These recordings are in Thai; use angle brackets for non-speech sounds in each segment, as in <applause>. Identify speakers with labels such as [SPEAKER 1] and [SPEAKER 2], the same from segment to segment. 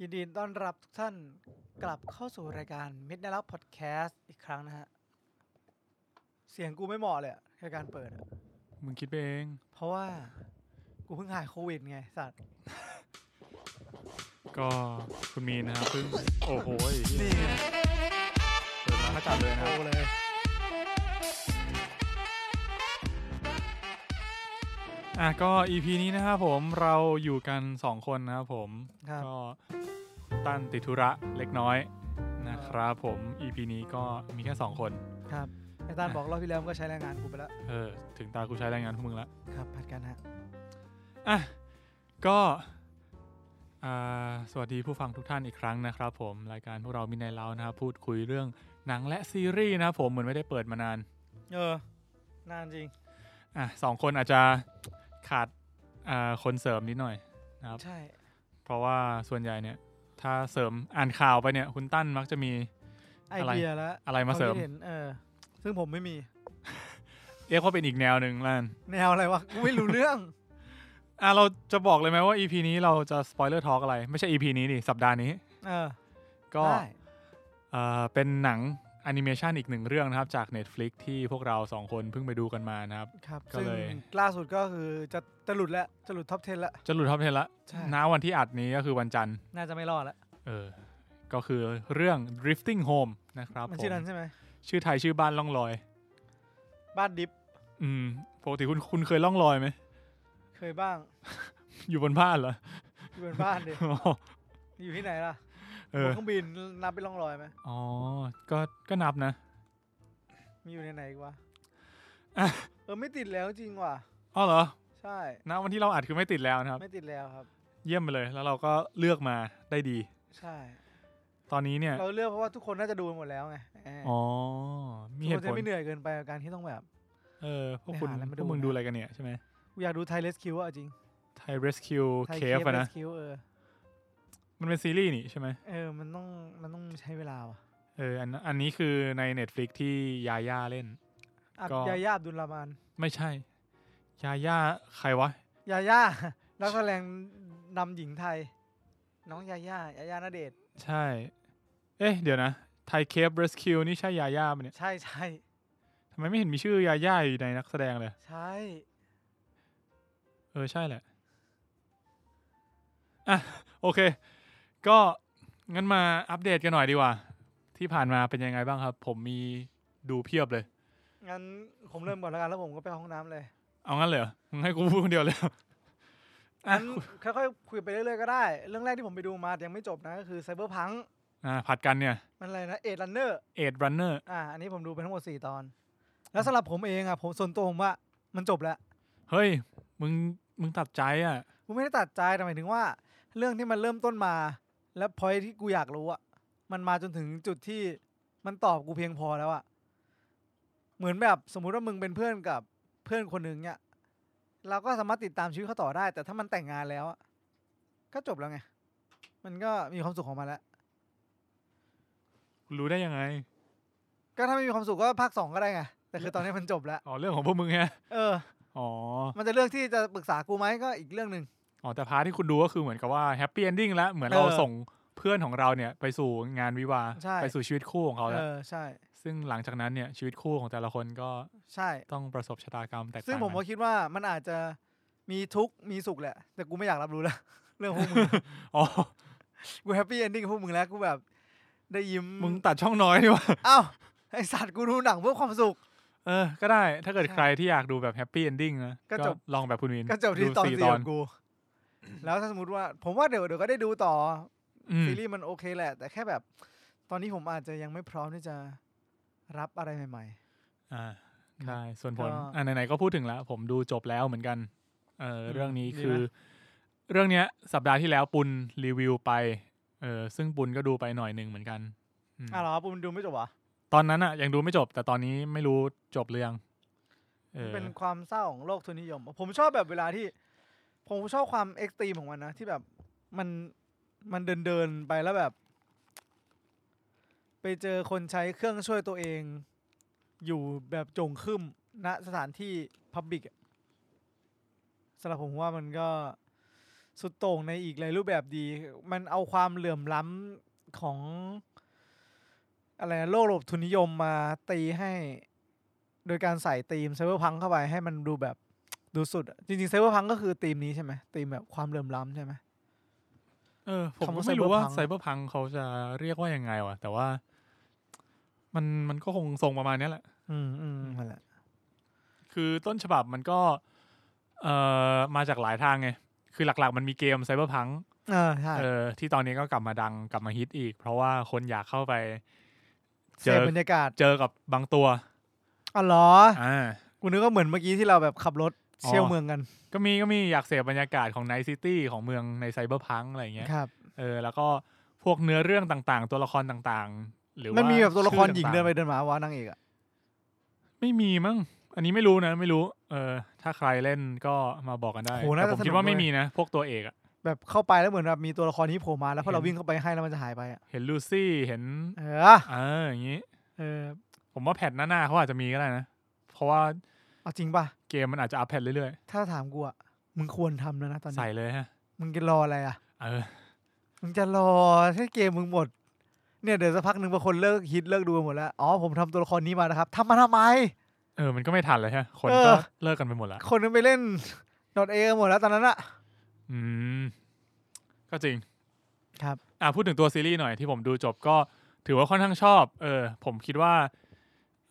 [SPEAKER 1] ยินดีต้อนรับทุกท่านกลับเข้าสู่รายการ Midnight Love Podcast อีกครั้งนะฮะ เสียงกูไม่เหมาะเลยอะในการเปิดอะ
[SPEAKER 2] มึงคิดไปเอง
[SPEAKER 1] เพราะว่ากูเพิ่งหายโควิดไงสัตว์
[SPEAKER 2] ก็คุณมีนนะครับเพิ่ง โอ้โหย
[SPEAKER 1] นี่ไง
[SPEAKER 2] เปิดมาก็จัดเลยนะค
[SPEAKER 1] โอ้
[SPEAKER 2] รับ
[SPEAKER 1] เลย
[SPEAKER 2] อ่ะก็ EP นี้นะครับผมเราอยู่กัน 2 คนนะครับผม
[SPEAKER 1] ครับ
[SPEAKER 2] ก็ตั้นติดธุระเล็กน้อยนะครับผม EP นี้ก็มีแค่ 2 คน
[SPEAKER 1] ครับไอ้ตานบอกรอบที่แล้วมันก็ใช้แรงงานกูไปแล้ว
[SPEAKER 2] เออ ถึงตากูใช้แรงงานพวกมึงละ
[SPEAKER 1] ครับผัดกันฮะ
[SPEAKER 2] อ่ะก็อ่าสวัสดีผู้ฟังทุกท่านอีกครั้งนะครับผม รายการพวกเรามีในเรานะครับพูดคุยเรื่องหนังและซีรีส์นะครับผมเหมือนไม่ได้เปิดมานาน
[SPEAKER 1] เออ นานจริง
[SPEAKER 2] อ่ะสองคนอาจจะขาดอ่าคนเสริมนิดหน่อย
[SPEAKER 1] ใช่
[SPEAKER 2] เพราะว่าส่วนใหญ่เนี่ย ถ้าเสริมอ่านข่าวไปเนี่ย คุณตั้นมักจะมี
[SPEAKER 1] ไอ
[SPEAKER 2] อะไร
[SPEAKER 1] เดียแล้ว
[SPEAKER 2] อะไรมาเสริม
[SPEAKER 1] ควคิดห็นเออ ซึ่งผมไม่มี
[SPEAKER 2] เรียกว่าเป็นอีกแนวหนึ่งแล้วกัน
[SPEAKER 1] แนวอะไรวะกูไม่รู้เรื่อง
[SPEAKER 2] อ่ะเราจะบอกเลยไหมว่า EP นี้เราจะสปอยเลอร์ทอล์กอะไร ไม่ใช่ EP นี้ดิสัปดาห์นี้
[SPEAKER 1] เออ
[SPEAKER 2] ก็
[SPEAKER 1] ได้
[SPEAKER 2] เอ่อเป็นหนังแอนิเมชันอีกหนึ่งเรื่องนะครับ จาก Netflix ที่พวกเราสองคนเพิ่งไปดูกันมานะครับ
[SPEAKER 1] ครับ
[SPEAKER 2] ก็
[SPEAKER 1] ซึ่ง
[SPEAKER 2] เลย
[SPEAKER 1] ล่าสุดก็คือจะจะหลุดแล้วจะหลุดท็อป10แล้ว
[SPEAKER 2] จะหลุดท็อปเทนละ
[SPEAKER 1] ใช่
[SPEAKER 2] ณวันที่อัดนี้ก็คือวันจันทร์
[SPEAKER 1] น่าจะไม่รอดแล้ว
[SPEAKER 2] เออก็คือเรื่อง drifting home นะครับ
[SPEAKER 1] มัน
[SPEAKER 2] ผ
[SPEAKER 1] ชื่
[SPEAKER 2] ม
[SPEAKER 1] อนั้นใช่ไหม
[SPEAKER 2] ชื่อไทยชื่อบ้านล่องลอย
[SPEAKER 1] บ้านดิฟ
[SPEAKER 2] อืมปกติคุณคุณเคยล่องลอยไหม
[SPEAKER 1] เคยบ้าง
[SPEAKER 2] อยู่บนผ้านเหรอ
[SPEAKER 1] อยู่บนบ้านดิ
[SPEAKER 2] อ๋อ
[SPEAKER 1] อยู่ที่ไหนล่ะ
[SPEAKER 2] เอบ อน
[SPEAKER 1] เครื่องบินนับเป็นร่องรอยไหม
[SPEAKER 2] อ๋อก็ก็นับนะ
[SPEAKER 1] มีอยู่ในไหนอีกวะ
[SPEAKER 2] อ่ะ
[SPEAKER 1] เออไม่ติดแล้วจริงว่ะ
[SPEAKER 2] อ๋อเหรอ
[SPEAKER 1] ใช่
[SPEAKER 2] ณวันที่เราอัดคือไม่ติดแล้วนะครับ
[SPEAKER 1] ไม่ติดแล้วครับ
[SPEAKER 2] เยี่ยมไปเลย แล้วเราก็เลือกมาได้ดี
[SPEAKER 1] ใช่
[SPEAKER 2] ตอนนี้เนี่ย
[SPEAKER 1] เราเลือกเพราะว่าทุกคนน่าจะดูหมดแล้วไงเออ
[SPEAKER 2] อ๋อ มี
[SPEAKER 1] ทุกค
[SPEAKER 2] เห
[SPEAKER 1] น
[SPEAKER 2] ตุผ
[SPEAKER 1] จะ
[SPEAKER 2] ล
[SPEAKER 1] ไม่เหนื่อยเกินไปกับการที่ต้องแบบ
[SPEAKER 2] เออ พวกคุณ
[SPEAKER 1] ไปหาอะไรมา
[SPEAKER 2] พ
[SPEAKER 1] ดู
[SPEAKER 2] วกมึง
[SPEAKER 1] นะ
[SPEAKER 2] ดูอะไรกันเนี่ยใช่ไหม
[SPEAKER 1] กูอยากดูไทยเลสคิวอ่ะจริง
[SPEAKER 2] ไทย Rescue
[SPEAKER 1] ไทย
[SPEAKER 2] Cave อะ
[SPEAKER 1] เล
[SPEAKER 2] นะ
[SPEAKER 1] สคิวเออ
[SPEAKER 2] มันเป็นซีรีส์นี่ใช่ไหม
[SPEAKER 1] เออ มันต้องมันต้องใช้เวลาว่ะ
[SPEAKER 2] เอออันอันนี้คือใน Netflix ที่ยาย่าเล่น
[SPEAKER 1] อับ
[SPEAKER 2] ก็
[SPEAKER 1] ยาย่าอับดุลรามาน
[SPEAKER 2] ไม่ใช่ ยาย่าใครวะ
[SPEAKER 1] ยาย่า <laughs> นักแสดงนำหญิงไทย น้องยาย่ายาย่านาเดชน์
[SPEAKER 2] ใช่ เอ๊ะ เดี๋ยวนะ ไทย Cave Rescue นี่ใช่ยาย่าปะเนี่ย
[SPEAKER 1] ใช่ใช่
[SPEAKER 2] ทำไมไม่เห็นมีชื่อยาย่าอยู่ในนักแสดงเลย
[SPEAKER 1] ใช่
[SPEAKER 2] เออ ใช่แหละ อ่ะ โอเค ก็งั้นมาอัปเดตกันหน่อยดีกว่า ที่ผ่านมาเป็นยังไงบ้างครับ ผมมีดูเพียบเลย
[SPEAKER 1] งั้นผมเริ่มก่อนแล้วกันแล้วผมก็ไปห้องน้ำเลย
[SPEAKER 2] เอางั้นเลยเหรอมึงให้กูพูดคนเดียวเลย <laughs> เหรออ่ะ
[SPEAKER 1] งั้นค่อยๆคุยไปเรื่อยๆก็ได้ เรื่องแรกที่ผมไปดูมาแต่ยังไม่จบนะก็คือไซเบอร์พัง
[SPEAKER 2] อ่ะผัดกันเนี่ย
[SPEAKER 1] มันอะไรนะเอ d ด u ันเนอร์
[SPEAKER 2] เอ็ดรันเนอร์
[SPEAKER 1] อ่า อันนี้ผมดูไปทั้งหมด 4 ตอน แล้วสำหรับผมเองอ่ะผมส่วนตัวผมว่ามันจบแล้ว
[SPEAKER 2] เฮ้ย มึงมึงตัดใจอ่ะ
[SPEAKER 1] กูไม่ได้ตัดใจแต่หมายถึงว่า เรื่องที่มันเริ่มต้นมา และพอยที่กูอยากรู้อ่ะมันมาจนถึงจุดที่มันตอบกูเพียงพอแล้วอ่ะเหมือนแบบสมมุติว่ามึงเป็นเพื่อนกับเพื่อนคนหนึ่งเนี่ยเราก็สามารถติดตามชีวิตเขาต่อได้ แต่ถ้ามันแต่งงานแล้วอะก็จบแล้วไงมันก็มีความสุขของมันแล้ว
[SPEAKER 2] รู้ได้ยังไง
[SPEAKER 1] ก็ถ้าไม่มีความสุขก็ภาคสองก็ได้ไง แต่คือตอนนี้มันจบแล้ว
[SPEAKER 2] อ๋อ เรื่องของพวกมึงไง
[SPEAKER 1] เออ
[SPEAKER 2] อ๋อ
[SPEAKER 1] มันจะเลือกที่จะปรึกษากูไหมก็อีกเรื่องหนึ่ง
[SPEAKER 2] อ๋อ แต่พาร์ทที่คุณดูก็คือเหมือนกับว่าแฮปปี้เอนดิ้งแล้ว เหมือนเรา
[SPEAKER 1] เออ
[SPEAKER 2] ส่งเพื่อนของเราเนี่ย ไปสู่งานวิวาห์
[SPEAKER 1] ใช่
[SPEAKER 2] ไปสู่ชีวิตคู่ของเขาแล้ว
[SPEAKER 1] เออ ใช่
[SPEAKER 2] ซึ่งหลังจากนั้นเนี่ย ชีวิตคู่ของแต่ละคนก็
[SPEAKER 1] ใช่
[SPEAKER 2] ต้องประสบชะตากรรมแตกต่าง
[SPEAKER 1] ซึ่งผม
[SPEAKER 2] กั
[SPEAKER 1] ก็
[SPEAKER 2] น
[SPEAKER 1] คิดว่ามันอาจจะมีทุกข์มีสุขแหละ แต่กูไม่อยากรับรู้แล้ว <laughs> เรื่องพวก
[SPEAKER 2] <laughs>
[SPEAKER 1] มึง
[SPEAKER 2] อ๋อ
[SPEAKER 1] กูแฮปปี้เอนดิ้งพวกมึงแล้วกูแบบได้ยิ้ม
[SPEAKER 2] มึงตัดช่องน้อยดีกว่า
[SPEAKER 1] เอ้าวไอสัตว์กูดูหนังเพื่อความสุข
[SPEAKER 2] เออ ก็ได้ ถ้าเกิด
[SPEAKER 1] ใช่
[SPEAKER 2] ใครที่อยากดูแบบแฮปปี้เอนดิ้งนะ
[SPEAKER 1] ก็จบ
[SPEAKER 2] ลองแบบคุณวิน
[SPEAKER 1] ก็จบที่
[SPEAKER 2] ดู
[SPEAKER 1] ตอน
[SPEAKER 2] สี่
[SPEAKER 1] สี่ของกู แล้วถ้าสมมติว่า ผมว่าเดี๋ยวเดี๋ยวก็ได้ดูต่อ
[SPEAKER 2] อื
[SPEAKER 1] อ
[SPEAKER 2] ม
[SPEAKER 1] ซีรีส์มันโอเคแหละ แต่แค่แบบ ตอนนี้ผมอาจจะยังไม่พร้อมที่จะรับอะไรใหม่ ๆ
[SPEAKER 2] อ่าได้ส่วนผล
[SPEAKER 1] ก็
[SPEAKER 2] อ่าไหนๆก็พูดถึงแล้ว ผมดูจบแล้วเหมือนกัน เอออ
[SPEAKER 1] ม
[SPEAKER 2] เรื่องนี้
[SPEAKER 1] ดีไหม
[SPEAKER 2] คือ เรื่องเนี้ย สัปดาห์ที่แล้วปุณรีวิวไปเออซึ่งปุณก็ดูไปหน่อยหนึ่งเหมือนกันอืม
[SPEAKER 1] อ่ะเหรอปุมดูไม่จบเหรอ
[SPEAKER 2] ตอนนั้นอ่ะยังดูไม่จบ แต่ตอนนี้ไม่รู้จบหรือยังเออ
[SPEAKER 1] เป็นความเศร้าของโลกทุนนิยม ผมชอบแบบเวลาที่ ผมชอบความเอ็กซ์ตรีมของมันนะ ที่แบบมันมันเดินเดินๆไปแล้วแบบ ไปเจอคนใช้เครื่องช่วยตัวเอง อยู่แบบโจงครึมณสถานที่พับบิกสำหรับผมว่ามันก็ สุดโต่งในอีกหลายรูปแบบดี มันเอาความเหลื่อมล้ำของ อะไรนะโลกระบบทุนนิยมมาตีให้ โดยการใส่ธีมไซเบอร์พังเข้าไปให้มันดูแบบดูสุดอะจริงๆไซเบอร์พังก็คือธีมนี้ใช่ไหมธีมแบบความเหลื่อมล้ำใช่ไหม
[SPEAKER 2] เออผม
[SPEAKER 1] คำ
[SPEAKER 2] ก็
[SPEAKER 1] ว่า
[SPEAKER 2] ไม่รู้ว่า
[SPEAKER 1] Cyberpunk
[SPEAKER 2] ไซเบอร์พังเขาจะเรียกว่ายังไงวะแต่ว่า มันมันก็คงทรงประมาณเนี้ยแหละ
[SPEAKER 1] อืมอืมนั่นแหละ
[SPEAKER 2] คือต้นฉบับมันก็ เอ่อมาจากหลายทางไง คือหลักๆ มันมีเกมไซเบอร์พัง
[SPEAKER 1] เออใช่
[SPEAKER 2] เออที่ตอนนี้ก็กลับมาดังกลับมาฮิตอีก เพราะว่าคนอยากเข้าไป
[SPEAKER 1] เส
[SPEAKER 2] เจ
[SPEAKER 1] พ
[SPEAKER 2] อ
[SPEAKER 1] บรรยากาศ
[SPEAKER 2] เจอกับบางตัว
[SPEAKER 1] อ๋อเหรอ
[SPEAKER 2] อ่า
[SPEAKER 1] กูนึกว่าเหมือนเมื่อกี้ที่เราแบบขับรถเชี่ยว
[SPEAKER 2] อ๋อ
[SPEAKER 1] เมืองกัน
[SPEAKER 2] ก็มีก็มีอยากเสพบรรยากาศของไนซิตี้ของเมืองในไซเบอร์พังอะไรอย่างเงี้ย
[SPEAKER 1] ครับ
[SPEAKER 2] เออแล้วก็พวกเนื้อเรื่องต่างๆ ตัวละครต่างๆ หรือว่า
[SPEAKER 1] มันมีแบบตัวละครหญิง
[SPEAKER 2] ชื่อ
[SPEAKER 1] เดิน
[SPEAKER 2] ต่าๆ
[SPEAKER 1] ไปเดินมาวะนางเอกอะ
[SPEAKER 2] ไม่มีมั้งอันนี้ไม่รู้นะ ไม่รู้ เออ ถ้าใครเล่นก็มาบอกกันได้
[SPEAKER 1] โหน่า
[SPEAKER 2] แต่
[SPEAKER 1] จะสนุ
[SPEAKER 2] ผม
[SPEAKER 1] ก
[SPEAKER 2] คิดว่าไม่
[SPEAKER 1] ด้วย
[SPEAKER 2] มีนะ พวกตัวเอกอะ
[SPEAKER 1] แบบเข้าไปแล้วเหมือนแบบมีตัวละครนี้โผล่มาแล้วพอเราวิ่งเข้าไปให้แล้วมันจะหายไปอะ
[SPEAKER 2] เห็นลูซี่เห็น
[SPEAKER 1] เออ
[SPEAKER 2] เอออย่างนี้
[SPEAKER 1] เออ
[SPEAKER 2] ผมว่าแพทหน้าๆเขาอาจจะมีก็ได้นะ เพราะว่า
[SPEAKER 1] เอาจริงป่ะ
[SPEAKER 2] เกมมันอาจจะอัพแพทเรื่อย
[SPEAKER 1] ถ้าถามกูอะมึงควรทำแล้วนะตอน
[SPEAKER 2] ๆ
[SPEAKER 1] นี้
[SPEAKER 2] ใส่เลยฮะ
[SPEAKER 1] มึงจะรออะไรอะ
[SPEAKER 2] เออ
[SPEAKER 1] มึงจะรอให้เกมมึงหมด เนี่ยเดี๋ยวสักพักหนึ่งบางคนเลิกฮิตเลิกดูกันหมดแล้ว อ๋อผมทำตัวละครนี้มานะครับทำมาทำไม
[SPEAKER 2] เออมันก็ไม่ทันเลยฮะคน
[SPEAKER 1] เออ
[SPEAKER 2] ก็เลิกกันไปหมดละ
[SPEAKER 1] คนนึงไปเล่นดอทเอกันหมดแล้วตอนนั้นอะ
[SPEAKER 2] อืมก็จริง
[SPEAKER 1] ครับ
[SPEAKER 2] อ่ะพูดถึงตัวซีรีส์หน่อยที่ผมดูจบก็ถือว่าค่อนข้างชอบ เออ ผมคิดว่า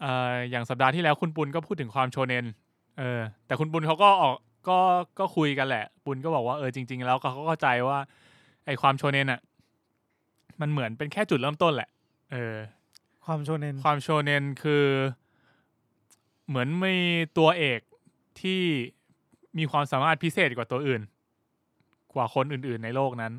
[SPEAKER 2] เอ่ออย่างสัปดาห์ที่แล้วคุณปุณก็พูดถึงความโชเนนเออ แต่คุณปุณเขาก็ออกก็ก็คุยกันแหละ ปุณก็บอกว่าเออจริง ๆ แล้วเขาก็เข้าใจว่า ไอ้ความโชเนนอ่ะ มันเหมือนเป็นแค่จุดเริ่มต้นแหละ เออ
[SPEAKER 1] ความโชเนน
[SPEAKER 2] ความโชเนนคือเหมือนมีตัวเอกที่มีความสามารถพิเศษกว่าตัวอื่น กว่าคนอื่นๆในโลกนั้น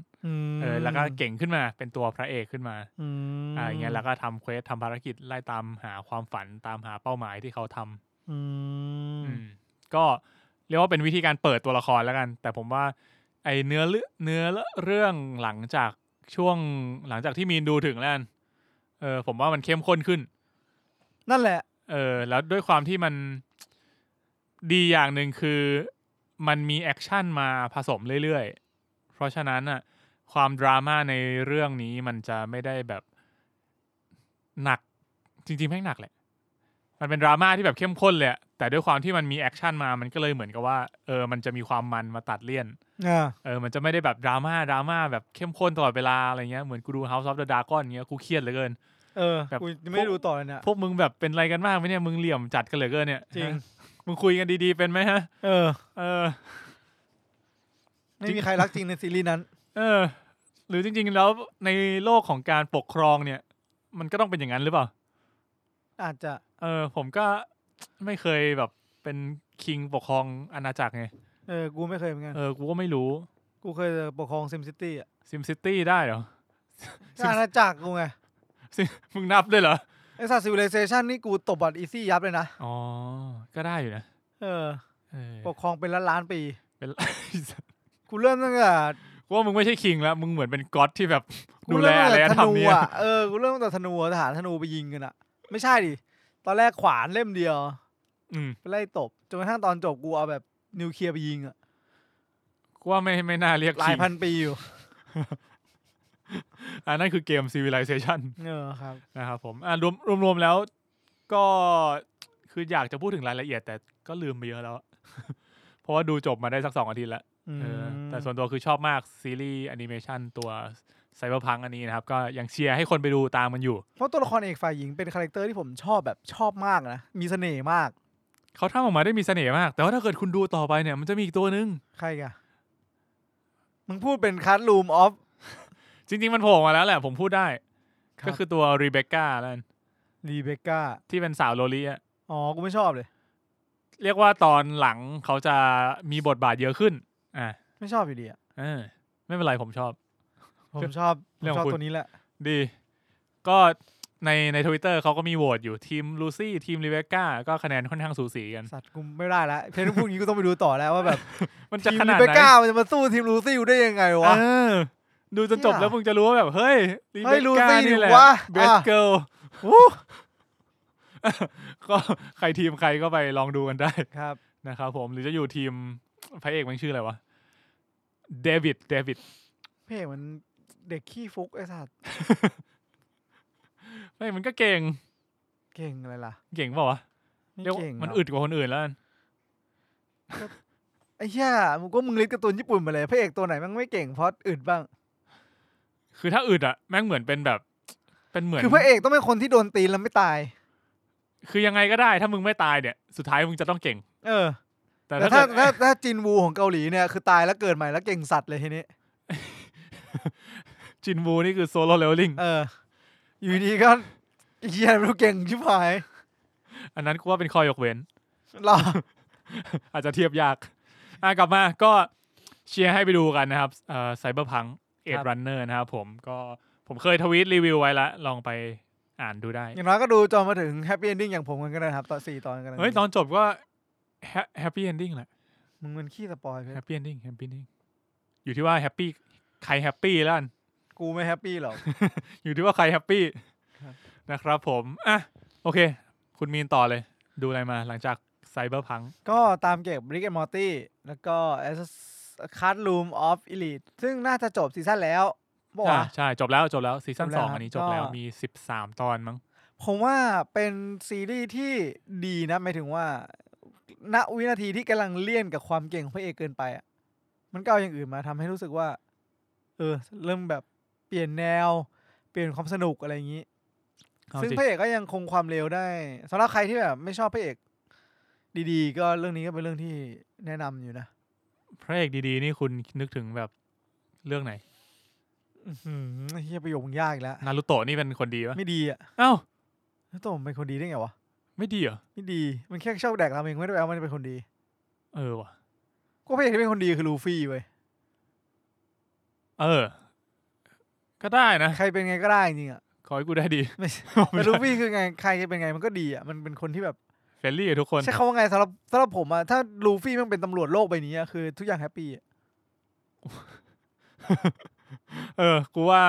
[SPEAKER 1] ม
[SPEAKER 2] เออแล้วก็เก่งขึ้นมาเป็นตัวพระเอกขึ้นมา
[SPEAKER 1] อืม
[SPEAKER 2] อ่าอย่างเงี้ยแล้วก็ทำเควสทำภารกิจไล่ตามหาความฝันตามหาเป้าหมายที่เขาทำ
[SPEAKER 1] อืม
[SPEAKER 2] อืมก็เรียกว่าเป็นวิธีการเปิดตัวละครแล้วกัน แต่ผมว่า ไอเนื้อเรื่องเนื้อเรื่องหลังจากช่วงหลังจากที่มีนดูถึงแล้วกันเออผมว่ามันเข้มข้นขึ้น
[SPEAKER 1] นั่นแหละ
[SPEAKER 2] เออแล้วด้วยความที่มันดีอย่างหนึ่งคือมันมีแอคชั่นมาผสมเรื่อยๆ เพราะฉะนั้นอ่ะความดราม่าในเรื่องนี้มันจะไม่ได้แบบหนักจริงๆแม่งหนักแหละ มันเป็นดราม่าที่แบบเข้มข้นเลยอะแต่ด้วยความที่มันมีแอคชั่นมามันก็เลยเหมือนกับว่าเออมันจะมีความมันมาตัดเลี่ยน
[SPEAKER 1] อ่า
[SPEAKER 2] เออ มันจะไม่ได้แบบดราม่าดราม่าแบบเข้มข้นตลอดเวลาอะไรเงี้ย เหมือนกูดู House of the Dragon เงี้ย กูเครียดเหลือเกิน
[SPEAKER 1] เออ
[SPEAKER 2] แบบ
[SPEAKER 1] กูยังไม่ได้ดูต่อเลยเนี่ย
[SPEAKER 2] พวกมึงแบบเป็นอะไรกันบ้างไหมเนี่ย มึงเหลี่ยมจัดกันเหลือเกินเนี่ย
[SPEAKER 1] จริง
[SPEAKER 2] มึงคุยกันดีๆเป็นไหมฮะ
[SPEAKER 1] เออ
[SPEAKER 2] เออ
[SPEAKER 1] ไม่มีใครรักจริงในซีรีส์นั้น
[SPEAKER 2] เออ หรือจริง ๆ แล้วในโลกของการปกครองเนี่ย มันก็ต้องเป็นอย่างนั้นหรือเปล่า
[SPEAKER 1] อาจจะ
[SPEAKER 2] เออ ผมก็ไม่เคยแบบเป็นคิงปกครองอาณาจักรไง
[SPEAKER 1] เออ กูไม่เคยเหมือนกัน
[SPEAKER 2] เออ กูก็ไม่รู้
[SPEAKER 1] กูเคยแต่ปกครองซิมซิตี้อ่ะ
[SPEAKER 2] ซิมซิตี้ได้เหรอ Sim-
[SPEAKER 1] อาณาจักรกูไง
[SPEAKER 2] Sim- มึงนับด้วยเหรอ
[SPEAKER 1] ไอ้สัตว์ซิวิเลเซชันนี่กูตบบัตรอีซี่ยับเลยนะ
[SPEAKER 2] อ๋อ ก็ได้อยู่นะ
[SPEAKER 1] เออ
[SPEAKER 2] เออ
[SPEAKER 1] ปกครองเป็นล้านล้านๆปี
[SPEAKER 2] เป็น
[SPEAKER 1] <laughs> กูเริ่มตั้งแต่
[SPEAKER 2] กูว่ามึงไม่ใช่คิงแล้ว มึงเหมือนเป็นก็อดที่แบบ
[SPEAKER 1] กู
[SPEAKER 2] ดูแล
[SPEAKER 1] เริ่มตั้
[SPEAKER 2] อะ
[SPEAKER 1] ง
[SPEAKER 2] ไร
[SPEAKER 1] แต่ธ
[SPEAKER 2] ทำ
[SPEAKER 1] นู
[SPEAKER 2] เนี่ย
[SPEAKER 1] อ่ะ เออ กูเริ่มตั้งแต่ธนูทหารธนูไปยิงกันอ่ะ ไม่ใช่ดิ ตอนแรกขวานเล่มเดียว
[SPEAKER 2] อืม
[SPEAKER 1] ไปไล่ตบ จนกระทั่งตอนจบกูเอาแบบนิวเคลียร์ไปยิงอ่ะ
[SPEAKER 2] กูว่าไม่ไม่น่าเรียก
[SPEAKER 1] หลา
[SPEAKER 2] คิ
[SPEAKER 1] ย
[SPEAKER 2] ง
[SPEAKER 1] พันปีอยู่
[SPEAKER 2] อันนั้นคือเกม Civilization
[SPEAKER 1] เออครับ
[SPEAKER 2] นะครับผมอ่ะรวมรวมรวมแล้วก็คืออยากจะพูดถึงรายละเอียด แต่ก็ลืมไปเยอะแล้วอะ <laughs> เพราะว่าดูจบมาได้สักสองอาทิตย์แล้ว
[SPEAKER 1] อื
[SPEAKER 2] เออ
[SPEAKER 1] ม
[SPEAKER 2] แต่ส่วนตัวคือชอบมากซีรีส์แอนิเมชันตัวไซเบอร์พังอันนี้นะครับ ก็ยังเชียร์ให้คนไปดูตามมันอยู่
[SPEAKER 1] เพราะตัวละครเอกฝ่ายหญิงเป็นคาแรคเตอร์ที่ผมชอบแบบชอบมากนะ มีเสน่ห์มาก
[SPEAKER 2] เขาทำออกมาได้มีเสน่ห์มาก แต่ว่าถ้าเกิดคุณดูต่อไปเนี่ยมันจะมีอีกตัวหนึง
[SPEAKER 1] ใครกะมึงพูดเป็นคั r รูมออฟ
[SPEAKER 2] จริง ๆ มันโผล่มาแล้วแหละผมพูดได้
[SPEAKER 1] ครับ
[SPEAKER 2] ก็คือตัวรีเบคก้านั่น
[SPEAKER 1] รีเบคก้า
[SPEAKER 2] ที่เป็นสาวโรลีอะ
[SPEAKER 1] อ๋อ กูไม่ชอบเลย
[SPEAKER 2] เรียกว่าตอนหลังเขาจะมีบทบาทเยอะขึ้นอ่ะ
[SPEAKER 1] ไม่ชอบอยู่ดีอ่ะ
[SPEAKER 2] เออไม่เป็นไรผมชอบ
[SPEAKER 1] ผมชอบผม
[SPEAKER 2] เรื่อง
[SPEAKER 1] ชอบ
[SPEAKER 2] คุณ
[SPEAKER 1] ตัวนี้แหละ
[SPEAKER 2] ดีก็ในในทวิตเตอร์เขาก็มีโหวตอยู่ทีมลูซี่ทีมรีเบคก้าก็คะแนนค่อนข้างสูสีกัน
[SPEAKER 1] สัตว์กูไม่ได้ละเพนพูดอย่างนี้กูต้องไปดูต่อแล้วว่าแบบ
[SPEAKER 2] มันจะ
[SPEAKER 1] ทีม
[SPEAKER 2] ข
[SPEAKER 1] รี
[SPEAKER 2] นาด
[SPEAKER 1] เบค
[SPEAKER 2] ไหน
[SPEAKER 1] ก้ามันจะมาสู้ทีมลูซี่อยู่ได้ยังไงวะ
[SPEAKER 2] เออดูจนจบ
[SPEAKER 1] เหี้ย
[SPEAKER 2] แล้วมึงจะรู้ว่าแบบ เฮ้ยรี
[SPEAKER 1] เฮ้
[SPEAKER 2] เบ
[SPEAKER 1] ย
[SPEAKER 2] ค
[SPEAKER 1] ลู
[SPEAKER 2] ก้า
[SPEAKER 1] ซี่
[SPEAKER 2] นี่แหละ
[SPEAKER 1] วะ
[SPEAKER 2] เบส
[SPEAKER 1] อ่ะ
[SPEAKER 2] เกิล
[SPEAKER 1] อู้
[SPEAKER 2] ก็ <laughs> ใครทีมใครก็ไปลองดูกันได้
[SPEAKER 1] ครับ
[SPEAKER 2] นะครับผมหรือจะอยู่ทีมพระเอกมันชื่ออะไรวะ เดวิดเดวิด
[SPEAKER 1] เพ่เหมือนเด็กขี้ฟุกไอ้สัตว์
[SPEAKER 2] ไม่มันก็เก่ง
[SPEAKER 1] เก่งอะไรล่ะ
[SPEAKER 2] เก่งเปล่าวะ
[SPEAKER 1] ไม่
[SPEAKER 2] เรียกว่า
[SPEAKER 1] เก่ง
[SPEAKER 2] มัน
[SPEAKER 1] หรก
[SPEAKER 2] อึดกว่าคนอื่นแล้วกัน
[SPEAKER 1] ไอ้เหี้ยมึงก็มึงลิสต์การ์ตูนญี่ปุ่นมาเลยพระเอกตัวไหนแมันไม่เก่งเพราะอึดบ้าง
[SPEAKER 2] คือถ้าอึดอะแม่งเหมือนเป็นแบบ เป็นเหมือน
[SPEAKER 1] คือพระเอกต้องเป็นคนที่โดนตีนแล้วไม่ตาย
[SPEAKER 2] คือยังไงก็ได้ ถ้ามึงไม่ตายเนี่ย สุดท้ายมึงจะต้องเก่ง
[SPEAKER 1] เออ
[SPEAKER 2] แต่
[SPEAKER 1] แต่
[SPEAKER 2] ถ้า
[SPEAKER 1] ถ้า
[SPEAKER 2] เกิด
[SPEAKER 1] ถ้าถ้าจินวูของเกาหลีเนี่ยคือตายแล้วเกิดใหม่แล้วเก่งสัตว์เลยทีนี้
[SPEAKER 2] จินวูนี่คือโซโล่เลเวลลิ่ง
[SPEAKER 1] เออ อยู่ดีก็ไอ้เหี้ยไม่รู้เก่งชิบหาย
[SPEAKER 2] อันนั้นกูว่าเป็นคอยยกเว้น
[SPEAKER 1] หรอ
[SPEAKER 2] อาจจะเทียบยาก อ่ะกลับมาก็เชียร์ให้ไปดูกันนะครับไซเบอร์พังเอ็ดรันเนอร์นะครับผมก็ผมเคยทวีตรีวิวไว้ละลองไปอ่านดูได้
[SPEAKER 1] อย่างน้อยก็ดูจนมาถึงแฮปปี้เอนดิ้งอย่างผมกันก็ได้นะครับตอนสี่ตอนกัน
[SPEAKER 2] เฮ้ย ตอนจบก็แฮปปี้เอนดิ้งแหละ
[SPEAKER 1] มึงมันขี้สปอยเพช
[SPEAKER 2] แฮ
[SPEAKER 1] ร
[SPEAKER 2] ปปี้เอนดิ้งแฮปปี้เอนดิ้งอยู่ที่ว่าแฮปปี้ใครแฮปปี้แล้วกัน
[SPEAKER 1] กูไม่แฮปปี้หรอก
[SPEAKER 2] อยู่ที่ว่าใครแฮปปี้
[SPEAKER 1] ครับ
[SPEAKER 2] นะครับผมอ่ะโอเค คุณมีนต่อเลย ดูอะไรมาหลังจากไซเบอร์พัง
[SPEAKER 1] ก็ตามเก็บ Rick and Morty แล้วก็ Card Room of Elite ซึ่งน่าจะจบซีซั่นแล้วบอก
[SPEAKER 2] อ่ะ
[SPEAKER 1] ว่า
[SPEAKER 2] ใช่ จบแล้วจบแล้วซีซั่น
[SPEAKER 1] จบแล้ว
[SPEAKER 2] สองอันนี้จบแล้ว
[SPEAKER 1] ก็
[SPEAKER 2] มีสิบสามตอนมั้ง
[SPEAKER 1] ผมว่าเป็นซีรีส์ที่ดีนะหมายถึงว่า ณวินาทีที่กำลังเลี่ยนกับความเก่งของพระเอกเกินไปอ่ะมันก็เอาอย่างอื่นมาทำให้รู้สึกว่า เออ เริ่มแบบเปลี่ยนแนว เปลี่ยนความสนุกอะไรอย่างนี้
[SPEAKER 2] เอา
[SPEAKER 1] ซึ่ง
[SPEAKER 2] จริง
[SPEAKER 1] พระเอกก็ยังคงความเร็วได้สำหรับใครที่แบบไม่ชอบพระเอก ดีๆ ก็เรื่องนี้ก็เป็นเรื่องที่แนะนำอยู่นะ
[SPEAKER 2] พระเอกดีๆ นี่คุณนึกถึงแบบเรื่องไหน
[SPEAKER 1] อื้อหือเฮียประโยคมึงยากอีกแล้ว
[SPEAKER 2] นารุโตะนี่เป็นคนดีปะ
[SPEAKER 1] ไม่ดีอ่ะ
[SPEAKER 2] เอ้า
[SPEAKER 1] แล้วตัวผมเป็นคนดีได้ไงวะ
[SPEAKER 2] ไม่ดีเหรอ
[SPEAKER 1] ไม่ดี มันแค่ชอบแดกราเมงไม่ได้แปลว่ามันเป็นคนดี
[SPEAKER 2] เออว่ะ
[SPEAKER 1] ก็พระเอกที่เป็นคนดีคือลูฟี่เว้ย
[SPEAKER 2] เออ ก็ได้นะ
[SPEAKER 1] ใครเป็นไงก็ได้จริงๆอ่ะ <laughs>
[SPEAKER 2] ขอให้กูได้ดี
[SPEAKER 1] ไม่
[SPEAKER 2] <laughs>
[SPEAKER 1] ใช่ แต่ลูฟี่คือไงใครจะเป็นไงมันก็ดีอ่ะมันเป็นคนที่แบบ
[SPEAKER 2] เฟรนลี่กับทุกคน
[SPEAKER 1] ใช้คำว่าไงสำหรับสำหรับผมอ่ะถ้าลูฟี่มันเป็นตำรวจโลกใบนี้อะคือทุกอย่างแฮปปี้อะ
[SPEAKER 2] เออ กูว่า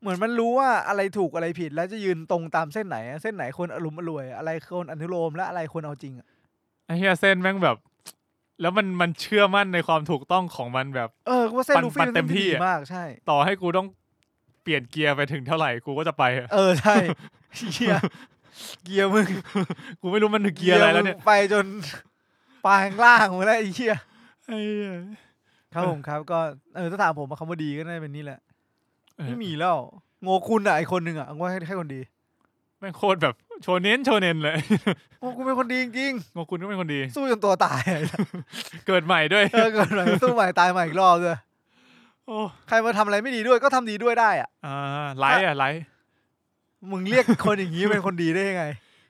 [SPEAKER 1] เหมือนมันรู้ว่าอะไรถูกอะไรผิดแล้วจะยืนตรงตามเส้นไหนอะเส้นไหนคนอารมณ์อร่วย อะไรคนอนุโลมและอะไรคนเอาจริงอะ
[SPEAKER 2] ไอ้เฮียเส้นแม่งแบบ แล้วมันมันเชื่อมั่นในความถูกต้องของมันแบบ
[SPEAKER 1] เออกูว่าเส้น
[SPEAKER 2] ปั่น
[SPEAKER 1] ลูฟี่
[SPEAKER 2] ปั่
[SPEAKER 1] เป็น นเส้นที่
[SPEAKER 2] เต็มที่
[SPEAKER 1] ดี
[SPEAKER 2] อะ
[SPEAKER 1] มากใช่
[SPEAKER 2] ต่อให้กูต้องเปลี่ยนเกียร์ไปถึงเท่าไหร่ กูก็จะไปอะ
[SPEAKER 1] เออใช่ เกียร์
[SPEAKER 2] <laughs>
[SPEAKER 1] เกียร์มึง
[SPEAKER 2] กูไม่รู้มันคือเกียร์อะไรแล้วเนี่ย
[SPEAKER 1] มึงไปจน <laughs> ปลายข้างล่างหมดแล้วไอ้เกียร์
[SPEAKER 2] ไอ้เหี้ย
[SPEAKER 1] ครับผมครับ ก็เออถ้าถามผมว่าคำว่าดีก็น่าจะเป็นนี่แหละ
[SPEAKER 2] เออ
[SPEAKER 1] ไม่มีแล้วโงคุณอ่ะไอคนหนึ่งอ่ะว่าแค่คนดี
[SPEAKER 2] แม่งโคตรแบบโชเน้นโชเน้นเลย <laughs>
[SPEAKER 1] โอ้กูเป็นคนดีจริง
[SPEAKER 2] โงคุณก็เป็นคนดี
[SPEAKER 1] ๆสู้จนตัวตายอะ
[SPEAKER 2] เกิดใหม่ด้วย
[SPEAKER 1] เออเกิด
[SPEAKER 2] <laughs>
[SPEAKER 1] อะไรสู้ใหม่ตายใหม่อีกรอบเลย
[SPEAKER 2] โอ้
[SPEAKER 1] ใครมาทำอะไรไม่ดีด้วยก็ทำดีด้วยได้อ่ะ
[SPEAKER 2] อ่าไลท์อะไลท์
[SPEAKER 1] มึงเรียกคนอย่างนี้เป็นคนดีได้ยังไง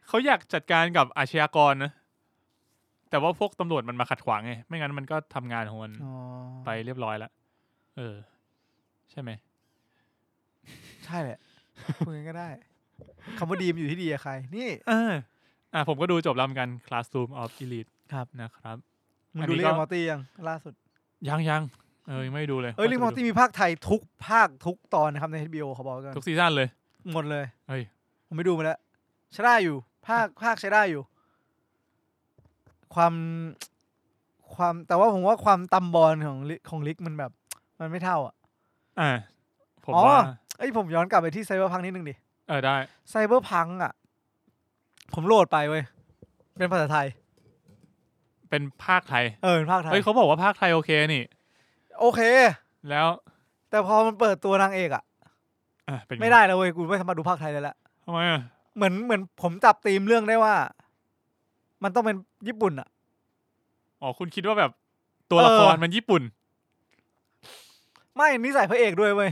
[SPEAKER 2] เขาอยากจัดการกับอาชญากรนะ แต่ว่าพวกตำรวจมันมาขัดขวางไง ไม่งั้นมันก็ทำงานของมัน
[SPEAKER 1] อ๋อ
[SPEAKER 2] ไปเรียบร้อยแล้ว เออ ใช่ไหม
[SPEAKER 1] ใช่แหละพูดงั้นก็ได้คำว่าดีมันอยู่ที่ดีอะใคร นี่
[SPEAKER 2] เออ อ่ะผมก็ดูจบแล้วเหมือนกัน Classroom of Elite
[SPEAKER 1] ครับ
[SPEAKER 2] นะครับ
[SPEAKER 1] มึง
[SPEAKER 2] อัน
[SPEAKER 1] ดู
[SPEAKER 2] นี้
[SPEAKER 1] เรื่
[SPEAKER 2] ก็
[SPEAKER 1] องมอตี้ยังล่าสุด
[SPEAKER 2] ยังยังเออ ยังไม่ได้ดูเลย
[SPEAKER 1] เอ้ย
[SPEAKER 2] ว่า
[SPEAKER 1] เรื่อง
[SPEAKER 2] จะ
[SPEAKER 1] มอ
[SPEAKER 2] ไปดู
[SPEAKER 1] ตี้มีภาคไทยทุกภาคทุกตอนนะครับใน HBO เขาบอกกัน
[SPEAKER 2] ทุกซีซั่นเลย
[SPEAKER 1] หมดเลย
[SPEAKER 2] เฮ้ย
[SPEAKER 1] ผมไปดูมาแล้วใช้ได้อยู่
[SPEAKER 2] <laughs>
[SPEAKER 1] ภาคภาคใช้ได้อยู่ ความความแต่ว่าผมว่าความตำบอลของลิของลิกมันแบบ มันไม่เท่าอ่ะ
[SPEAKER 2] อ่า ผม
[SPEAKER 1] อ๋อ
[SPEAKER 2] ว่า
[SPEAKER 1] เอ้ยผมย้อนกลับไปที่ไซเบอร์พังนิดนึงดิ
[SPEAKER 2] เออ ได้
[SPEAKER 1] ไซเบอร์พังอ่ะ ผมโหลดไปเว้ย เป็นภาษาไทย
[SPEAKER 2] เป็นภาคไทย
[SPEAKER 1] เออเป็นภาคไทย
[SPEAKER 2] เฮ้ย เขาบอกว่าภาคไทยโอเคนี่
[SPEAKER 1] โอเค
[SPEAKER 2] แล้ว
[SPEAKER 1] แต่พอมันเปิดตัวนางเอกอ่ะ
[SPEAKER 2] อ่ะเป็นง
[SPEAKER 1] ไม่ได้แล้วเว้ย กูไม่สามารถดูภาคไทยได้ละ
[SPEAKER 2] ทำไมอ่ะ
[SPEAKER 1] เหมือนเหมือนผมจับธีมเรื่องได้ว่า มันต้องเป็นญี่ปุ่นอ่ะ
[SPEAKER 2] อ๋อ คุณคิดว่าแบบตัวละคร
[SPEAKER 1] เออ
[SPEAKER 2] มันญี่ปุ่น
[SPEAKER 1] ไม่นิสัยพระเอกด้วยเว้ย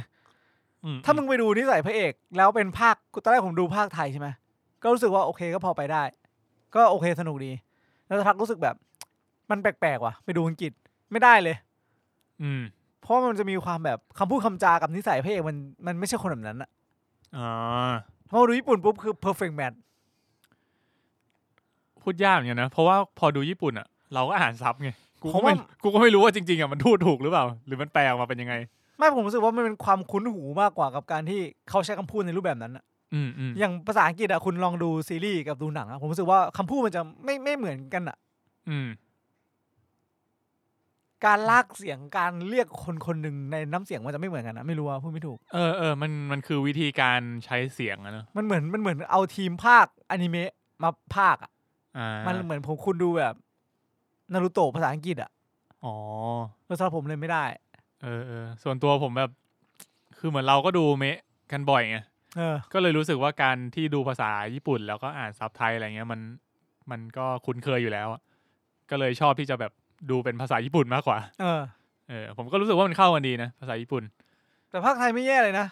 [SPEAKER 2] อื
[SPEAKER 1] ถ้ามึงไปดูนิสัยพระเอก แล้วเป็นภาคกูตอนแรกผมดูภาคไทยใช่ไหมก็รู้สึกว่าโอเคก็พอไปได้ ก็โอเคสนุกดี แล้วสักพักรู้สึกแบบ มันแปลกๆว่ะ ไปดูอังกฤษไม่ได้เลย
[SPEAKER 2] อืม
[SPEAKER 1] เพราะมันจะมีความแบบคำพูดคำจากับนิสัยพระเอกมันมันไม่ใช่คนแบบนั้นอะ
[SPEAKER 2] อ๋อ
[SPEAKER 1] พอดูญี่ปุ่นปุ๊บคือ perfect match
[SPEAKER 2] พูดยากเหมือนกันนะ เพราะว่าพอดูญี่ปุ่นอ่ะ เราก็อ่านซับไง กู
[SPEAKER 1] เพ
[SPEAKER 2] ก็
[SPEAKER 1] ราะ
[SPEAKER 2] ไม่
[SPEAKER 1] ว่า
[SPEAKER 2] กูก็ไม่รู้ว่าจริงๆอ่ะมันพูดถูกหรือเปล่า หรือมันแปลออกมาเป็นยังไง
[SPEAKER 1] ไม่ผมรู้สึกว่ามันเป็นความคุ้นหูมากกว่ากับการที่เขาใช้คำพูดในรูปแบบนั้นอะ
[SPEAKER 2] อืมอืม
[SPEAKER 1] อย่างภาษาอังกฤษอะคุณลองดูซีรีส์กับดูหนังอะผมรู้สึกว่าคำพูดมันจะไม่ไม่เหมือนกันอะ
[SPEAKER 2] อืม
[SPEAKER 1] การลากเสียงการเรียกคนคนหนึ่งในน้ำเสียงมันจะไม่เหมือนกันนะไม่รู้ว่าพูดไม่ถูก
[SPEAKER 2] เออเออมันมันคือวิธีการใช้เสียงอะเนอะ
[SPEAKER 1] มันเหมือนมันเหมือนเอาทีมภาคอนิเมะมาภาคอ่ะ
[SPEAKER 2] อ่า
[SPEAKER 1] มันเหมือนผมคุณดูแบบนารูโตะภาษาอังกฤษอ่ะ
[SPEAKER 2] อ๋อ
[SPEAKER 1] แล้วสำหรับผมเลยไม่ได้
[SPEAKER 2] เออเออส่วนตัวผมแบบ คือเหมือนเราก็ดูเมะกันบ่อยไง
[SPEAKER 1] เออ
[SPEAKER 2] ก็เลยรู้สึกว่าการที่ดูภาษาญี่ปุ่น แล้วก็อ่านซับไทยอะไรเงี้ยมันมันก็คุ้นเคยอยู่แล้วอะก็เลยชอบที่จะแบบดูเป็นภาษาญี่ปุ่นมากกว่า
[SPEAKER 1] เออ
[SPEAKER 2] เออผมก็รู้สึกว่ามันเข้ากันดีนะ ภาษาญี่ปุ่น
[SPEAKER 1] แต่ภาคไทยไม่แย่เลยนะ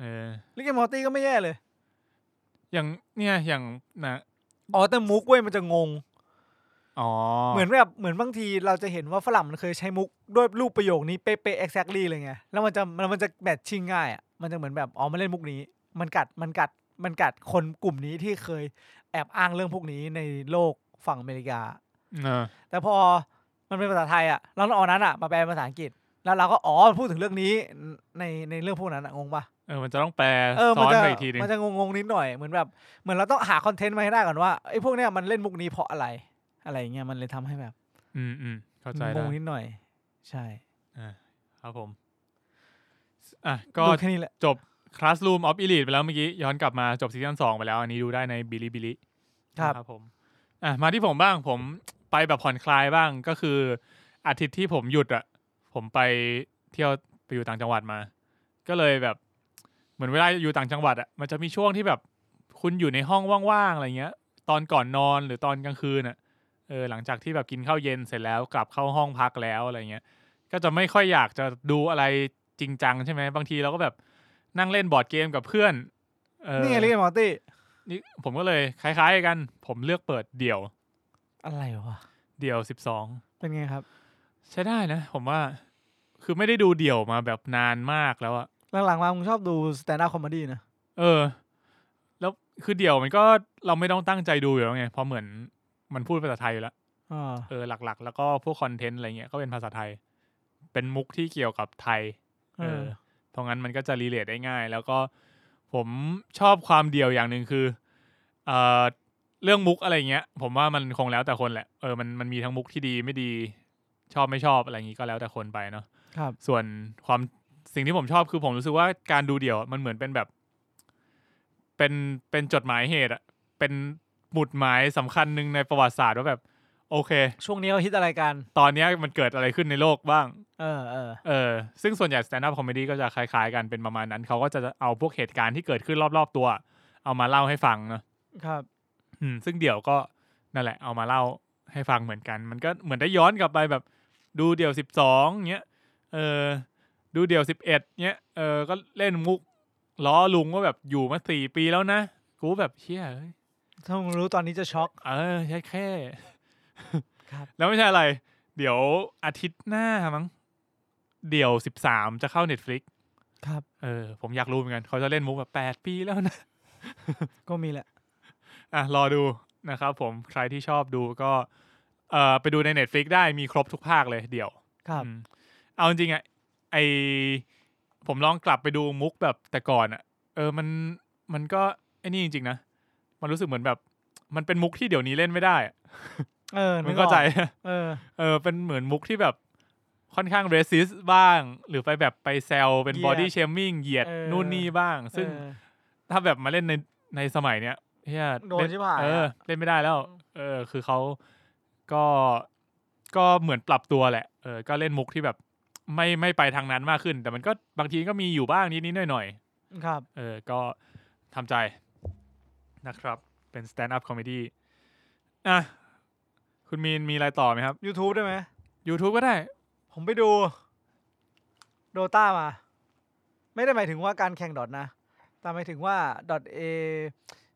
[SPEAKER 2] เออ
[SPEAKER 1] ลิเกมอตี้ก็ไม่แย่เลย
[SPEAKER 2] อย่างเนี่ยอย่างนะ
[SPEAKER 1] อ๋อแต่มุกเว้ยมันจะงง
[SPEAKER 2] อ๋อ
[SPEAKER 1] เหมือนแบบเหมือนบางทีเราจะเห็นว่าฝรั่งมันเคยใช้มุกด้วยรูปประโยคนี้เป๊ะๆ exactly เลยไง แล้วมันจะมันมันจะแมทชิ่งง่ายอ่ะ มันจะเหมือนแบบอ๋อมันเล่นมุกนี้ มันกัดมันกัดมันกัดคนกลุ่มนี้ที่เคยแอบอ้างเรื่องพวกนี้ในโลกฝั่งอเมริกา
[SPEAKER 2] เออ
[SPEAKER 1] แต่พอมันเป็นภาษาไทยอ่ะแล้วเราเอานั้นอ่ะมาแปลเป็นภาษาอังกฤษ แล้วเราก็อ๋อมันพูดถึงเรื่องนี้ในในเรื่องพวกนั้นอะงงปะ
[SPEAKER 2] เออมันจะต้องแปล
[SPEAKER 1] เออ
[SPEAKER 2] ซ้
[SPEAKER 1] มัน
[SPEAKER 2] อน
[SPEAKER 1] จะ
[SPEAKER 2] ไปอีกทีหนึง
[SPEAKER 1] มันจะงงๆนิดหน่อย เหมือนแบบ เหมือนเราต้องหาคอนเทนต์มาให้ได้ก่อนว่าไอ้พวกเนี้ยมันเล่นมุกนี้เพราะอะไร อะไรอย่างเงี้ยมันเลยทำให้แบบ
[SPEAKER 2] อืมอืมเข้าใจ
[SPEAKER 1] ง
[SPEAKER 2] ได้
[SPEAKER 1] งนิดหน่อย ใช่
[SPEAKER 2] ครับผมอ่ะก็
[SPEAKER 1] ดูแค่นี้แหละ
[SPEAKER 2] จบ Classroom of Elite ไปแล้วเมื่อกี้ย้อนกลับมาจบซีซั่นสองไปแล้ว อันนี้ดูได้ในบิลิบิลิ
[SPEAKER 1] ครับ
[SPEAKER 2] ผมอ่ะมาที่ผมบ้างผมไปแบบผ่อนคลายบ้างก็คือ อาทิตย์ที่ผมหยุดอะผมไปเที่ยวไปอยู่ต่างจังหวัดมา ก็เลยแบบ เหมือนเวลาอยู่ต่างจังหวัดอะมันจะมีช่วงที่แบบคุณอยู่ในห้องว่างๆอะไรเงี้ย ตอนก่อนนอนหรือตอนกลางคืนอะเออหลังจากที่แบบกินข้าวเย็นเสร็จแล้วกลับเข้าห้องพักแล้วอะไรเงี้ย ก็จะไม่ค่อยอยากจะดูอะไรจริงจังใช่ไหมบางทีเราก็แบบนั่งเล่นบอร์ดเกมกับเพื่อนออ
[SPEAKER 1] นี่ไงเรียกมอตี้
[SPEAKER 2] นี่ผมก็เลยคล้ายๆกัน ผมเลือกเปิดเดี่ยว
[SPEAKER 1] อะไรวะ
[SPEAKER 2] เดี่ยวสิบสอง
[SPEAKER 1] เป็นไงครับ
[SPEAKER 2] ใช้ได้นะ ผมว่าคือไม่ได้ดูเดี่ยวมาแบบนานมากแล้วอะ
[SPEAKER 1] หลังๆมาผมชอบดูสแตนด์อัพคอมเมดี้นะ
[SPEAKER 2] เออ แล้วคือเดี่ยวมันก็เราไม่ต้องตั้งใจดูอยู่แล้วไงเพราะเหมือนมันพูดภาษาไทยอยู่แล้ว
[SPEAKER 1] อ่า
[SPEAKER 2] เออหลักๆ แล้วก็พวกคอนเทนต์อะไรเงี้ยก็เป็นภาษาไทย เป็นมุกที่เกี่ยวกับไทย
[SPEAKER 1] เอ
[SPEAKER 2] เอ
[SPEAKER 1] อ
[SPEAKER 2] อเพราะงั้นมันก็จะรีเลทได้ง่าย แล้วก็ผมชอบความเดียวอย่างหนึ่งคือเออเรื่องมุกอะไรเงี้ย ผมว่ามันคงแล้วแต่คนแหละเออมันมันมีทั้งมุกที่ดีไม่ดี ชอบไม่ชอบอะไรอย่างงี้ก็แล้วแต่คนไปเนาะ
[SPEAKER 1] ครับ
[SPEAKER 2] ส่วนความสิ่งที่ผมชอบคือผมรู้สึกว่าการดูเดี่ยวมันเหมือนเป็นแบบ เป็นเป็นจดหมายเหตุอะเป็นหมุดหมายสำคัญหนึ่งในประวัติศาสตร์ว่าแบบ โอเค
[SPEAKER 1] ช่วงนี้เราฮิตอะไรกัน
[SPEAKER 2] ตอนเนี้ยมันเกิดอะไรขึ้นในโลกบ้าง
[SPEAKER 1] เออเออ
[SPEAKER 2] เออซึ่งส่วนใหญ่สแตนด์อัพคอมเมดี้ก็จะคล้ายๆกันเป็นประมาณนั้น เขาก็จะเอาพวกเหตุการณ์ที่เกิดขึ้นรอบๆตัว เอามาเล่าให้ฟังเนอะ
[SPEAKER 1] ครับ
[SPEAKER 2] อืมซึ่งเดี่ยวก็นั่นแหละเอามาเล่าให้ฟังเหมือนกัน มันก็เหมือนได้ย้อนกลับไปแบบ ดูเดี่ยวสิบสองเงี้ยเออดูเดี่ยวสิบเอ็ดเงี้ยเออก็เล่นมุกล้อลุงว่าแบบอยู่มาสี่ปีแล้วนะ กูแบบเชี่ยเอ้ย
[SPEAKER 1] ถ้ามึงรู้ตอนนี้จะช็อก
[SPEAKER 2] เออใช่แค่
[SPEAKER 1] ครับ
[SPEAKER 2] <laughs> แล้วไม่ใช่อะไร เดี๋ยวอาทิตย์หน้ามั้ง เดี๋ยวสิบสามจะเข้า Netflix
[SPEAKER 1] ครับ
[SPEAKER 2] เออ ผมอยากรู้เหมือนกัน เขาจะเล่นมุกแบบแปดปีแล้วนะ <laughs>
[SPEAKER 1] ก็มีแหละ
[SPEAKER 2] อ่ะ รอดูนะครับผมใครที่ชอบดูก็ เออไปดูใน Netflix ได้มีครบทุกภาคเลยเดี๋ยว
[SPEAKER 1] ครับ
[SPEAKER 2] อืมเอาจริงๆอะไอผมลองกลับไปดูมุกแบบแต่ก่อนอะเออมันมันก็ไอ้นี่จริงๆนะ มันรู้สึกเหมือนแบบ มันเป็นมุกที่เดี๋ยวนี้เล่นไม่ได้อะ
[SPEAKER 1] เออ
[SPEAKER 2] มัน
[SPEAKER 1] กอ
[SPEAKER 2] เข้า
[SPEAKER 1] อก
[SPEAKER 2] ใจ
[SPEAKER 1] เออ
[SPEAKER 2] <laughs> เออเป็นเหมือนมุกที่แบบค่อนข้างเรสซิสบ้าง หรือไปแบบไปแซวเป็น
[SPEAKER 1] เหยียด
[SPEAKER 2] บอดี้เชมิ่งเหยียด
[SPEAKER 1] เออ
[SPEAKER 2] นู่นนี่บ้าง ซึ่ง
[SPEAKER 1] เออ
[SPEAKER 2] ถ้าแบบมาเล่นในในสมัยเนี้ยเฮีย
[SPEAKER 1] โดน
[SPEAKER 2] เล่
[SPEAKER 1] ชิบหาย
[SPEAKER 2] เออ
[SPEAKER 1] อะ
[SPEAKER 2] เล่นไม่ได้แล้ว เออ คือเขาก็ก็เหมือนปรับตัวแหละ เออ ก็เล่นมุกที่แบบไม่ไม่ไปทางนั้นมากขึ้น แต่มันก็บางทีก็มีอยู่บ้างนิดนิดหน่อยหน่อยๆ
[SPEAKER 1] ครับ
[SPEAKER 2] เออ ก็ทำใจนะครับ เป็นสแตนด์อัพคอมเมดี้อ่ะ คุณมีนมีอะไรต่อไหมครับ
[SPEAKER 1] ยูทูบได้ไหม
[SPEAKER 2] YouTube ก็ได้
[SPEAKER 1] ผมไปดู โดตามา ไม่ได้หมายถึงว่าการแข่งดอทนะ แต่หมายถึงว่าดอทเอ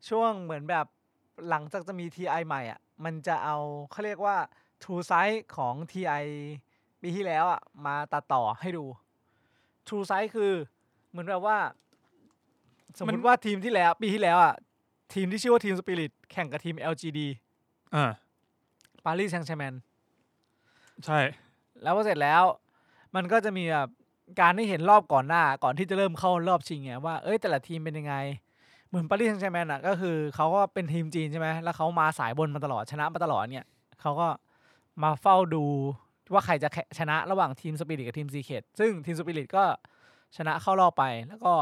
[SPEAKER 1] ช่วงเหมือนแบบหลังจากจะมี TI ใหม่อ่ะ มันจะเอาเขาเรียกว่า True Size ของ TI ปีที่แล้วอ่ะ มาตัดต่อให้ดู True Size คือเหมือนแบบว่า สมม
[SPEAKER 2] มั
[SPEAKER 1] ติ
[SPEAKER 2] น
[SPEAKER 1] ว่าทีมที่แล้ว ปีที่แล้วอ่ะ ทีมที่ชื่อว่าทีมสปิริตแข่งกับทีม LGD
[SPEAKER 2] อ่า
[SPEAKER 1] ปารีสแซงต์แชร์แมน
[SPEAKER 2] ใช่
[SPEAKER 1] แล้วพอเสร็จแล้วมันก็จะมีแบบการให้เห็นรอบก่อนหน้าก่อนที่จะเริ่มเข้ารอบชิงไงว่าเอ้ยแต่ละทีมเป็นยังไง เหมือนปารีสแซงต์แชร์แมนอ่ะก็คือเขาก็เป็นทีมจีนใช่ไหมแล้วเขามาสายบนมาตลอดชนะมาตลอดเนี่ยเขาก็มาเฝ้าดู ว่าใครจะแข่งชนะระหว่างทีมสปิริตกับทีมซีเคดซึ่งทีมสปิริตก็ชนะเข้ารอบไปแล้วก็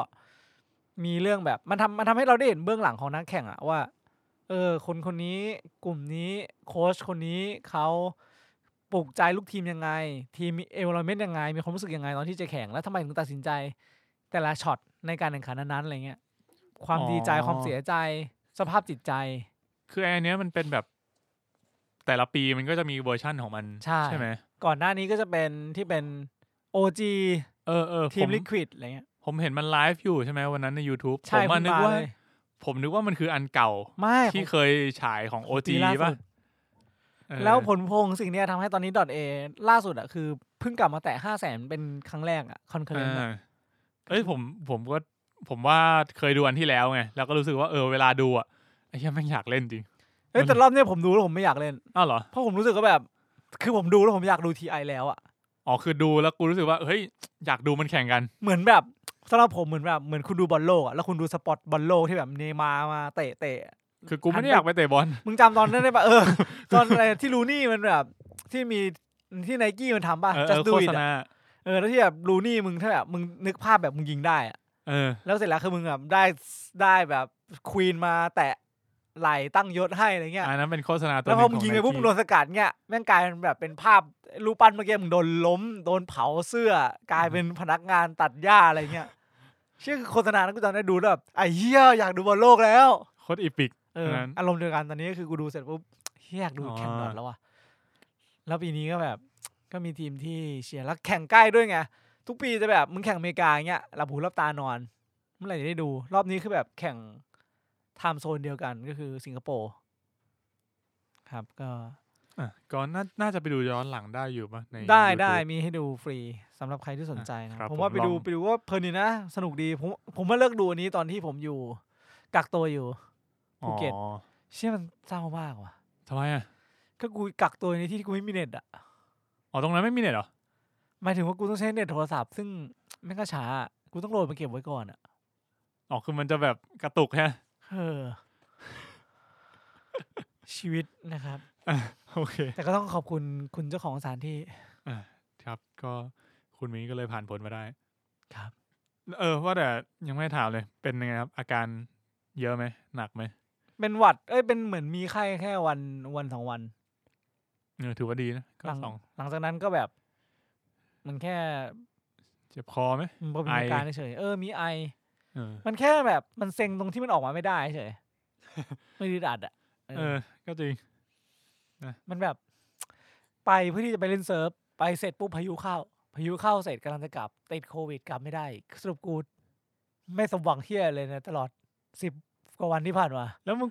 [SPEAKER 1] มีเรื่องแบบมันทำมันทำให้เราได้เห็นเบื้องหลังของนักแข่งอะว่า เออคนคนนี้กลุ่มนี้โค้ชคนนี้เขาปลูกใจลูกทีมยังไง ทีมมีเอเวอร์เมนต์ยังไง มีความรู้สึกยังไงตอนที่จะแข่งแล้วทำไมถึงตัดสินใจ แต่ละช็อตในการแข่งขันนั้นๆอะไรเงี้ยความดีใจ
[SPEAKER 2] อ๋อ
[SPEAKER 1] ความเสียใจสภาพจิตใจ
[SPEAKER 2] คือไอ้อันเนี้ยมันเป็นแบบแต่ละปีมันก็จะมีเวอร์ชั่นของมัน
[SPEAKER 1] ใช่
[SPEAKER 2] ไหม
[SPEAKER 1] ก่อนหน้านี้ก็จะเป็นที่เป็น OG
[SPEAKER 2] เออเออ
[SPEAKER 1] ที
[SPEAKER 2] ผม ม
[SPEAKER 1] ลิควิดอะไรเงี้ย
[SPEAKER 2] ผมเห็นมันไลฟ์อยู่ใช่ไหมวันนั้นใน YouTube ผ
[SPEAKER 1] ใช่
[SPEAKER 2] มว่า
[SPEAKER 1] คุณ
[SPEAKER 2] นึก
[SPEAKER 1] ป
[SPEAKER 2] ว่า
[SPEAKER 1] เลย
[SPEAKER 2] ผมนึกว่ามันคืออันเก่า
[SPEAKER 1] ไม่
[SPEAKER 2] ที่
[SPEAKER 1] ของ
[SPEAKER 2] เคยฉายของโอ
[SPEAKER 1] ปี
[SPEAKER 2] จี
[SPEAKER 1] ล่า
[SPEAKER 2] ป่ะ
[SPEAKER 1] สุด
[SPEAKER 2] เออ
[SPEAKER 1] แล้วผลพวงสิ่งเนี้ยทำให้ตอนนี้ดอทเอล่าสุดอะคือเพิ่งกลับมาแตะห้าแสนเป็นครั้งแรกอะคอนเคอร์เรนต์
[SPEAKER 2] อ่าเอ้ยผมผมก็ผมว่าเคยดูอันที่แล้วไง แล้วก็รู้สึกว่าเออเวลาดูอ่ะไอ้เหี้ยังไม่งอยากเล่นจริง
[SPEAKER 1] เอ้ย
[SPEAKER 2] มัน
[SPEAKER 1] แต่รอบเนี้ยผมดูแล้วผมไม่อยากเล่น
[SPEAKER 2] อ้าวเหรอ
[SPEAKER 1] เพราะผมรู้สึกว่าแบบ คือผมดูแล้วผมอยากดูทีไอแล้วอะ
[SPEAKER 2] อ๋อคือดูแล้วกูรู้สึกว่าเฮ้ยอยากดูมันแข่งกัน
[SPEAKER 1] เหมือนแบบสำหรับผมเหมือนแบบเหมือนคุณดูบอลโลกอะแล้วคุณดูสปอตบอลโลกที่แบบเนย์มาร์มาเตะเตะ
[SPEAKER 2] คือกูไม่ได้อยากไปเตะบอล
[SPEAKER 1] มึงจำตอนนั้นได้ปะเอ <laughs> อ ตอนอะไรที่ลูนี่มันแบบ ที่มีที่ไนกี้มันทำป่ะ
[SPEAKER 2] เออเอ
[SPEAKER 1] just
[SPEAKER 2] อ
[SPEAKER 1] do
[SPEAKER 2] โฆ
[SPEAKER 1] it
[SPEAKER 2] ษ
[SPEAKER 1] อะ
[SPEAKER 2] ณา
[SPEAKER 1] เออแล้วที่แบบลูนี่มึงถ้าแบบมึงนึกภาพแบบมึงยิงได้อะ
[SPEAKER 2] เออ
[SPEAKER 1] แล้วเสร็จแล้วคือมึงแบบได้ได้แบบควีนมาแตะไหลตั้งยศให้อะไรเงี้ย
[SPEAKER 2] อันนั้นเป็นโฆษณาตัว
[SPEAKER 1] แล้วพอ
[SPEAKER 2] ห
[SPEAKER 1] มึ
[SPEAKER 2] นึ่
[SPEAKER 1] ง
[SPEAKER 2] ข
[SPEAKER 1] ยิงไปปุ๊บมึง
[SPEAKER 2] ไกี้
[SPEAKER 1] โดนสกัดเงี้ยแม่งกลายเป็นแบบเป็นภาพรูปปั้นเมื่อกี้มึงโดนล้มโดนเผาเสื้อ กลายเป็นพนักงานตัดหญ้าอะไรเงี้ยเชื่อคือโฆษณานั้นกูจำได้ดูแล้วแบบไอ้เหี้ยอยากดูบอลโลกแล้ว
[SPEAKER 2] โคตรอีพิก
[SPEAKER 1] เออ
[SPEAKER 2] อันนั้น
[SPEAKER 1] อารมณ์เดียวกันตอนนี้ก็คือกูดูเสร็จปุ๊บเหี้ยอยากดู
[SPEAKER 2] อ๋อ
[SPEAKER 1] แข่งดอทแล้วอ่ะแล้วปีนี้ก็แบบ ก็มีทีมที่เชียร์แล้วแข่งใกล้ด้วยไงทุกปีจะแบบมึงแข่งอเมริกาเงี้ยหลับหูหลับตานอน เมื่อไหร่จะได้ดู รอบนี้คือแบบแข่งไทม์โซนเดียวกันก็คือสิงคโปร์ครับก็
[SPEAKER 2] อ่ะก็น่าน่าจะไปดูย้อนหลังได้อยู่ป่ะใน
[SPEAKER 1] ได้
[SPEAKER 2] YouTube
[SPEAKER 1] ได้ มีให้ดูฟรีสำหรับใครที่สนใจนะ
[SPEAKER 2] ครับ
[SPEAKER 1] ผมว่า
[SPEAKER 2] ผม
[SPEAKER 1] ไปดู
[SPEAKER 2] ลอง
[SPEAKER 1] ไปดูว่าเพลินดีนะ สนุกดี ผมผมว่าเลิกดูอันนี้ตอนที่ผมอยู่ กักตัวอยู่ ภูเก็ต
[SPEAKER 2] อ๋อ
[SPEAKER 1] เชื่อมันเศร้ามากว่ะ
[SPEAKER 2] ทำไมอ่ะ
[SPEAKER 1] ก็กูกักตัวในที่ที่กูไม่มีเน็ตอ่ะ
[SPEAKER 2] อ๋อตรงนั้นไม่มีเน็ตเหรอ
[SPEAKER 1] หมายถึงว่ากูต้องใช้เน็ตโทรศัพท์ ซึ่งแม่งก็ช้า กูต้องโหลดมาเก็บไว้ก่อนอ่ะ
[SPEAKER 2] อ๋อคือมันจะแบบกระตุกแฮะ <laughs>
[SPEAKER 1] เออ <laughs> ชีวิตนะครับ
[SPEAKER 2] โอเค
[SPEAKER 1] แต่ก็ต้องขอบคุณคุณเจ้าของสถานที่
[SPEAKER 2] ครับก็คุณมีก็เลยผ่านผลมาได้
[SPEAKER 1] ครับ
[SPEAKER 2] เออ ว่าแต่ยังไม่ได้ถามเลย เป็นยังไงครับ อาการเยอะไหมหนักไหม
[SPEAKER 1] เป็นหวัด เอ้ยเป็นเหมือนมีไข้แค่วันวันสองวัน
[SPEAKER 2] เออถือว่าดีนะก็
[SPEAKER 1] หลัง
[SPEAKER 2] สอง
[SPEAKER 1] หลังจากนั้นก็แบบ มันแค่
[SPEAKER 2] เจ็บคอไหม
[SPEAKER 1] มันเป็น
[SPEAKER 2] ไอ
[SPEAKER 1] อาการเฉยๆเออ มีไอ
[SPEAKER 2] เออ
[SPEAKER 1] มันแค่แบบมันเซ็งตรงที่มันออกมาไม่ได้เฉย ไม่ไดีดัดอ่ะเออ
[SPEAKER 2] เออ ก็จริง
[SPEAKER 1] มันแบบ ไปเพื่อที่จะไปเล่นเซิร์ฟ ไปเสร็จปุ๊บพายุเข้า พายุเข้าเสร็จกำลังจะกลับ ติดโควิดกลับไม่ได้อีกสรุปกูไม่สมหวังเฮียเลยนะ ตลอดสิบกว่าวันที่ผ่านมา
[SPEAKER 2] แล้วมึง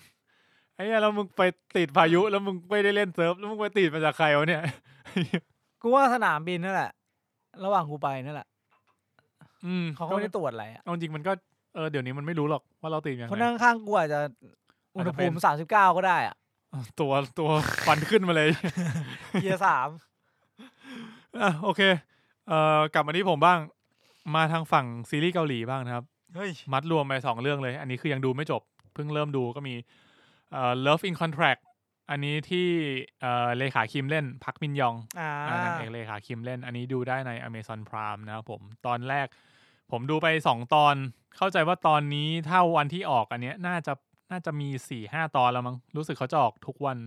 [SPEAKER 2] <laughs> ไอ้เหี้ยแล้วมึงไปติดพายุ แล้วมึงไม่ได้เล่นเซิร์ฟแล้วมึงไปติดมาจากใครวะเนี่ย
[SPEAKER 1] กูว่าสนามบินนั่นแหละ ระหว่างกูไปนั่นแหละ
[SPEAKER 2] อืม
[SPEAKER 1] เขาก็ไม่ได้ตรวจอะไรอะ
[SPEAKER 2] เอาจริงมันก็เออเดี๋ยวนี้มันไม่รู้หรอกว่าเราติดยัง
[SPEAKER 1] คน
[SPEAKER 2] ไง
[SPEAKER 1] นั่งข้างกูอาจจะอุณหภูมิสามสิบเก้าก็ได้อ่ะ
[SPEAKER 2] ตัวตัวฟันขึ้นมาเลย
[SPEAKER 1] เกียร์สาม
[SPEAKER 2] อ่ะโอเค เอ่อกลับมาที่ผมบ้าง มาทางฝั่งซีรีส์เกาหลีบ้างนะครับ
[SPEAKER 1] เฮ้ย
[SPEAKER 2] มัดรวมไปสองเรื่องเลย อันนี้คือยังดูไม่จบ เพิ่งเริ่มดูก็มีเอ่อ Love in Contract อันนี้ที่เอ่อเลขาคิมเล่น พักมินยอง
[SPEAKER 1] อ่า
[SPEAKER 2] อ่านางเอกเลขาคิมเล่น อันนี้ดูได้ใน Amazon Prime นะครับผม ตอนแรก ผมดูไปสองตอน เข้าใจว่าตอนนี้ถ้าวันที่ออกอันเนี้ยน่าจะน่าจะมีสี่ห้าตอนแล้วมั้ง รู้สึกเขาจะออกทุกวัน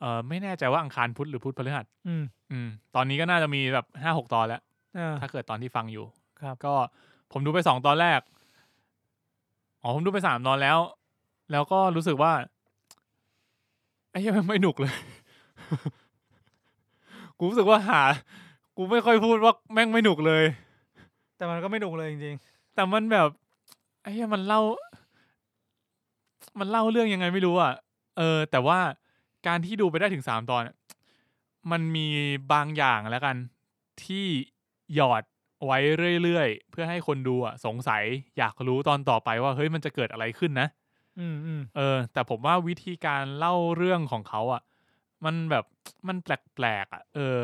[SPEAKER 2] เอ่อไม่แน่ใจว่าอังคารพุธหรือพุธพฤหัส
[SPEAKER 1] อืม
[SPEAKER 2] อืม ตอนนี้ก็น่าจะมีแบบห้าหกตอนแล้ว
[SPEAKER 1] อ่า
[SPEAKER 2] ถ้าเกิดตอนที่ฟังอยู่
[SPEAKER 1] ครับ
[SPEAKER 2] ก็ผมดูไปสองตอนแรก อ๋อ ผมดูไปสามตอนแล้ว แล้วก็รู้สึกว่าไอ้เหี้ยังไม่หนุกเลย <laughs> กูรู้สึกว่าหา กูไม่ค่อยพูดว่าแม่งไม่หนุกเลย
[SPEAKER 1] แต่มันก็ไม่ดุเลยจริง
[SPEAKER 2] แต่มันแบบไอ้เหี้ยมันเล่า มันเล่าเรื่องยังไงไม่รู้อ่ะ เออ แต่ว่าการที่ดูไปได้ถึงสามตอนอะมันมีบางอย่างแล้วกัน ที่หยอดไว้เรื่อยๆ เพื่อให้คนดูอ่ะ สงสัยอยากรู้ตอนต่อไปว่าเฮ้ยมันจะเกิดอะไรขึ้นนะ
[SPEAKER 1] ๆ อืมอืม
[SPEAKER 2] เออ แต่ผมว่าวิธีการเล่าเรื่องของเขาอ่ะ มันแบบมันแปลกๆอ่ะ เออ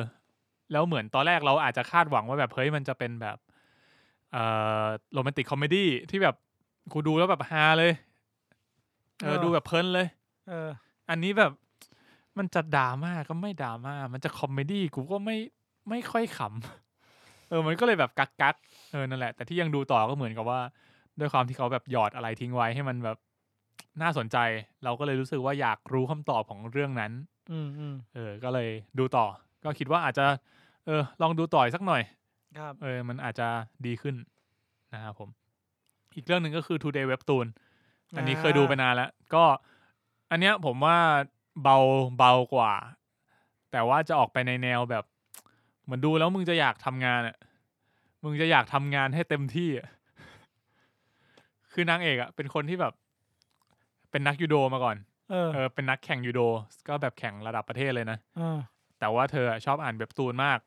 [SPEAKER 2] แล้วเหมือนตอนแรกเราอาจจะคาดหวังว่าแบบเฮ้ยมันจะเป็นแบบเอ่อโรแมนติกคอมเมดี้ที่แบบกูดูแล้วแบบฮาเลย เอ
[SPEAKER 1] เอ
[SPEAKER 2] อ
[SPEAKER 1] อ
[SPEAKER 2] ดูแบบเพลินเลย
[SPEAKER 1] เออ
[SPEAKER 2] อันนี้แบบ มันจะดราม่าก็ไม่ดราม่ามันจะคอมเมดี้กูก็ไม่ไม่ค่อยขำ <laughs> เออมันก็เลยแบบกักกักๆเออนั่นแหละ แต่ที่ยังดูต่อก็เหมือนกับว่า ด้วยความที่เขาแบบหยอดอะไรทิ้งไว้ให้มันแบบน่าสนใจ เราก็เลยรู้สึกว่าอยากรู้คำตอบของเรื่องนั้น
[SPEAKER 1] อืมอืม
[SPEAKER 2] เออ ก็เลยดูต่อ ก็คิดว่าอาจจะ เออ ลองดูต่อยสักหน่อย
[SPEAKER 1] ครับ
[SPEAKER 2] เออ มันอาจจะดีขึ้นนะครับผม อีกเรื่องหนึ่งก็คือ Today Webtoon อันนี้
[SPEAKER 1] อ่า
[SPEAKER 2] เคยดูไปนานแล้ว ก็อันเนี้ยผมว่าเบาเบากว่า แต่ว่าจะออกไปในแนวแบบ เหมือนดูแล้วมึงจะอยากทำงานอ่ะ มึงจะอยากทำงานให้เต็มที่อะ คือนางเอกอ่ะ เป็นคนที่แบบ เป็นนักยูโดมาก่อน
[SPEAKER 1] เออ
[SPEAKER 2] เออ เป็นนักแข่งยูโด ก็แบบแข่งระดับประเทศเลยนะ
[SPEAKER 1] เออ
[SPEAKER 2] แต่ว่าเธออะชอบอ่านเว็บตูนมาก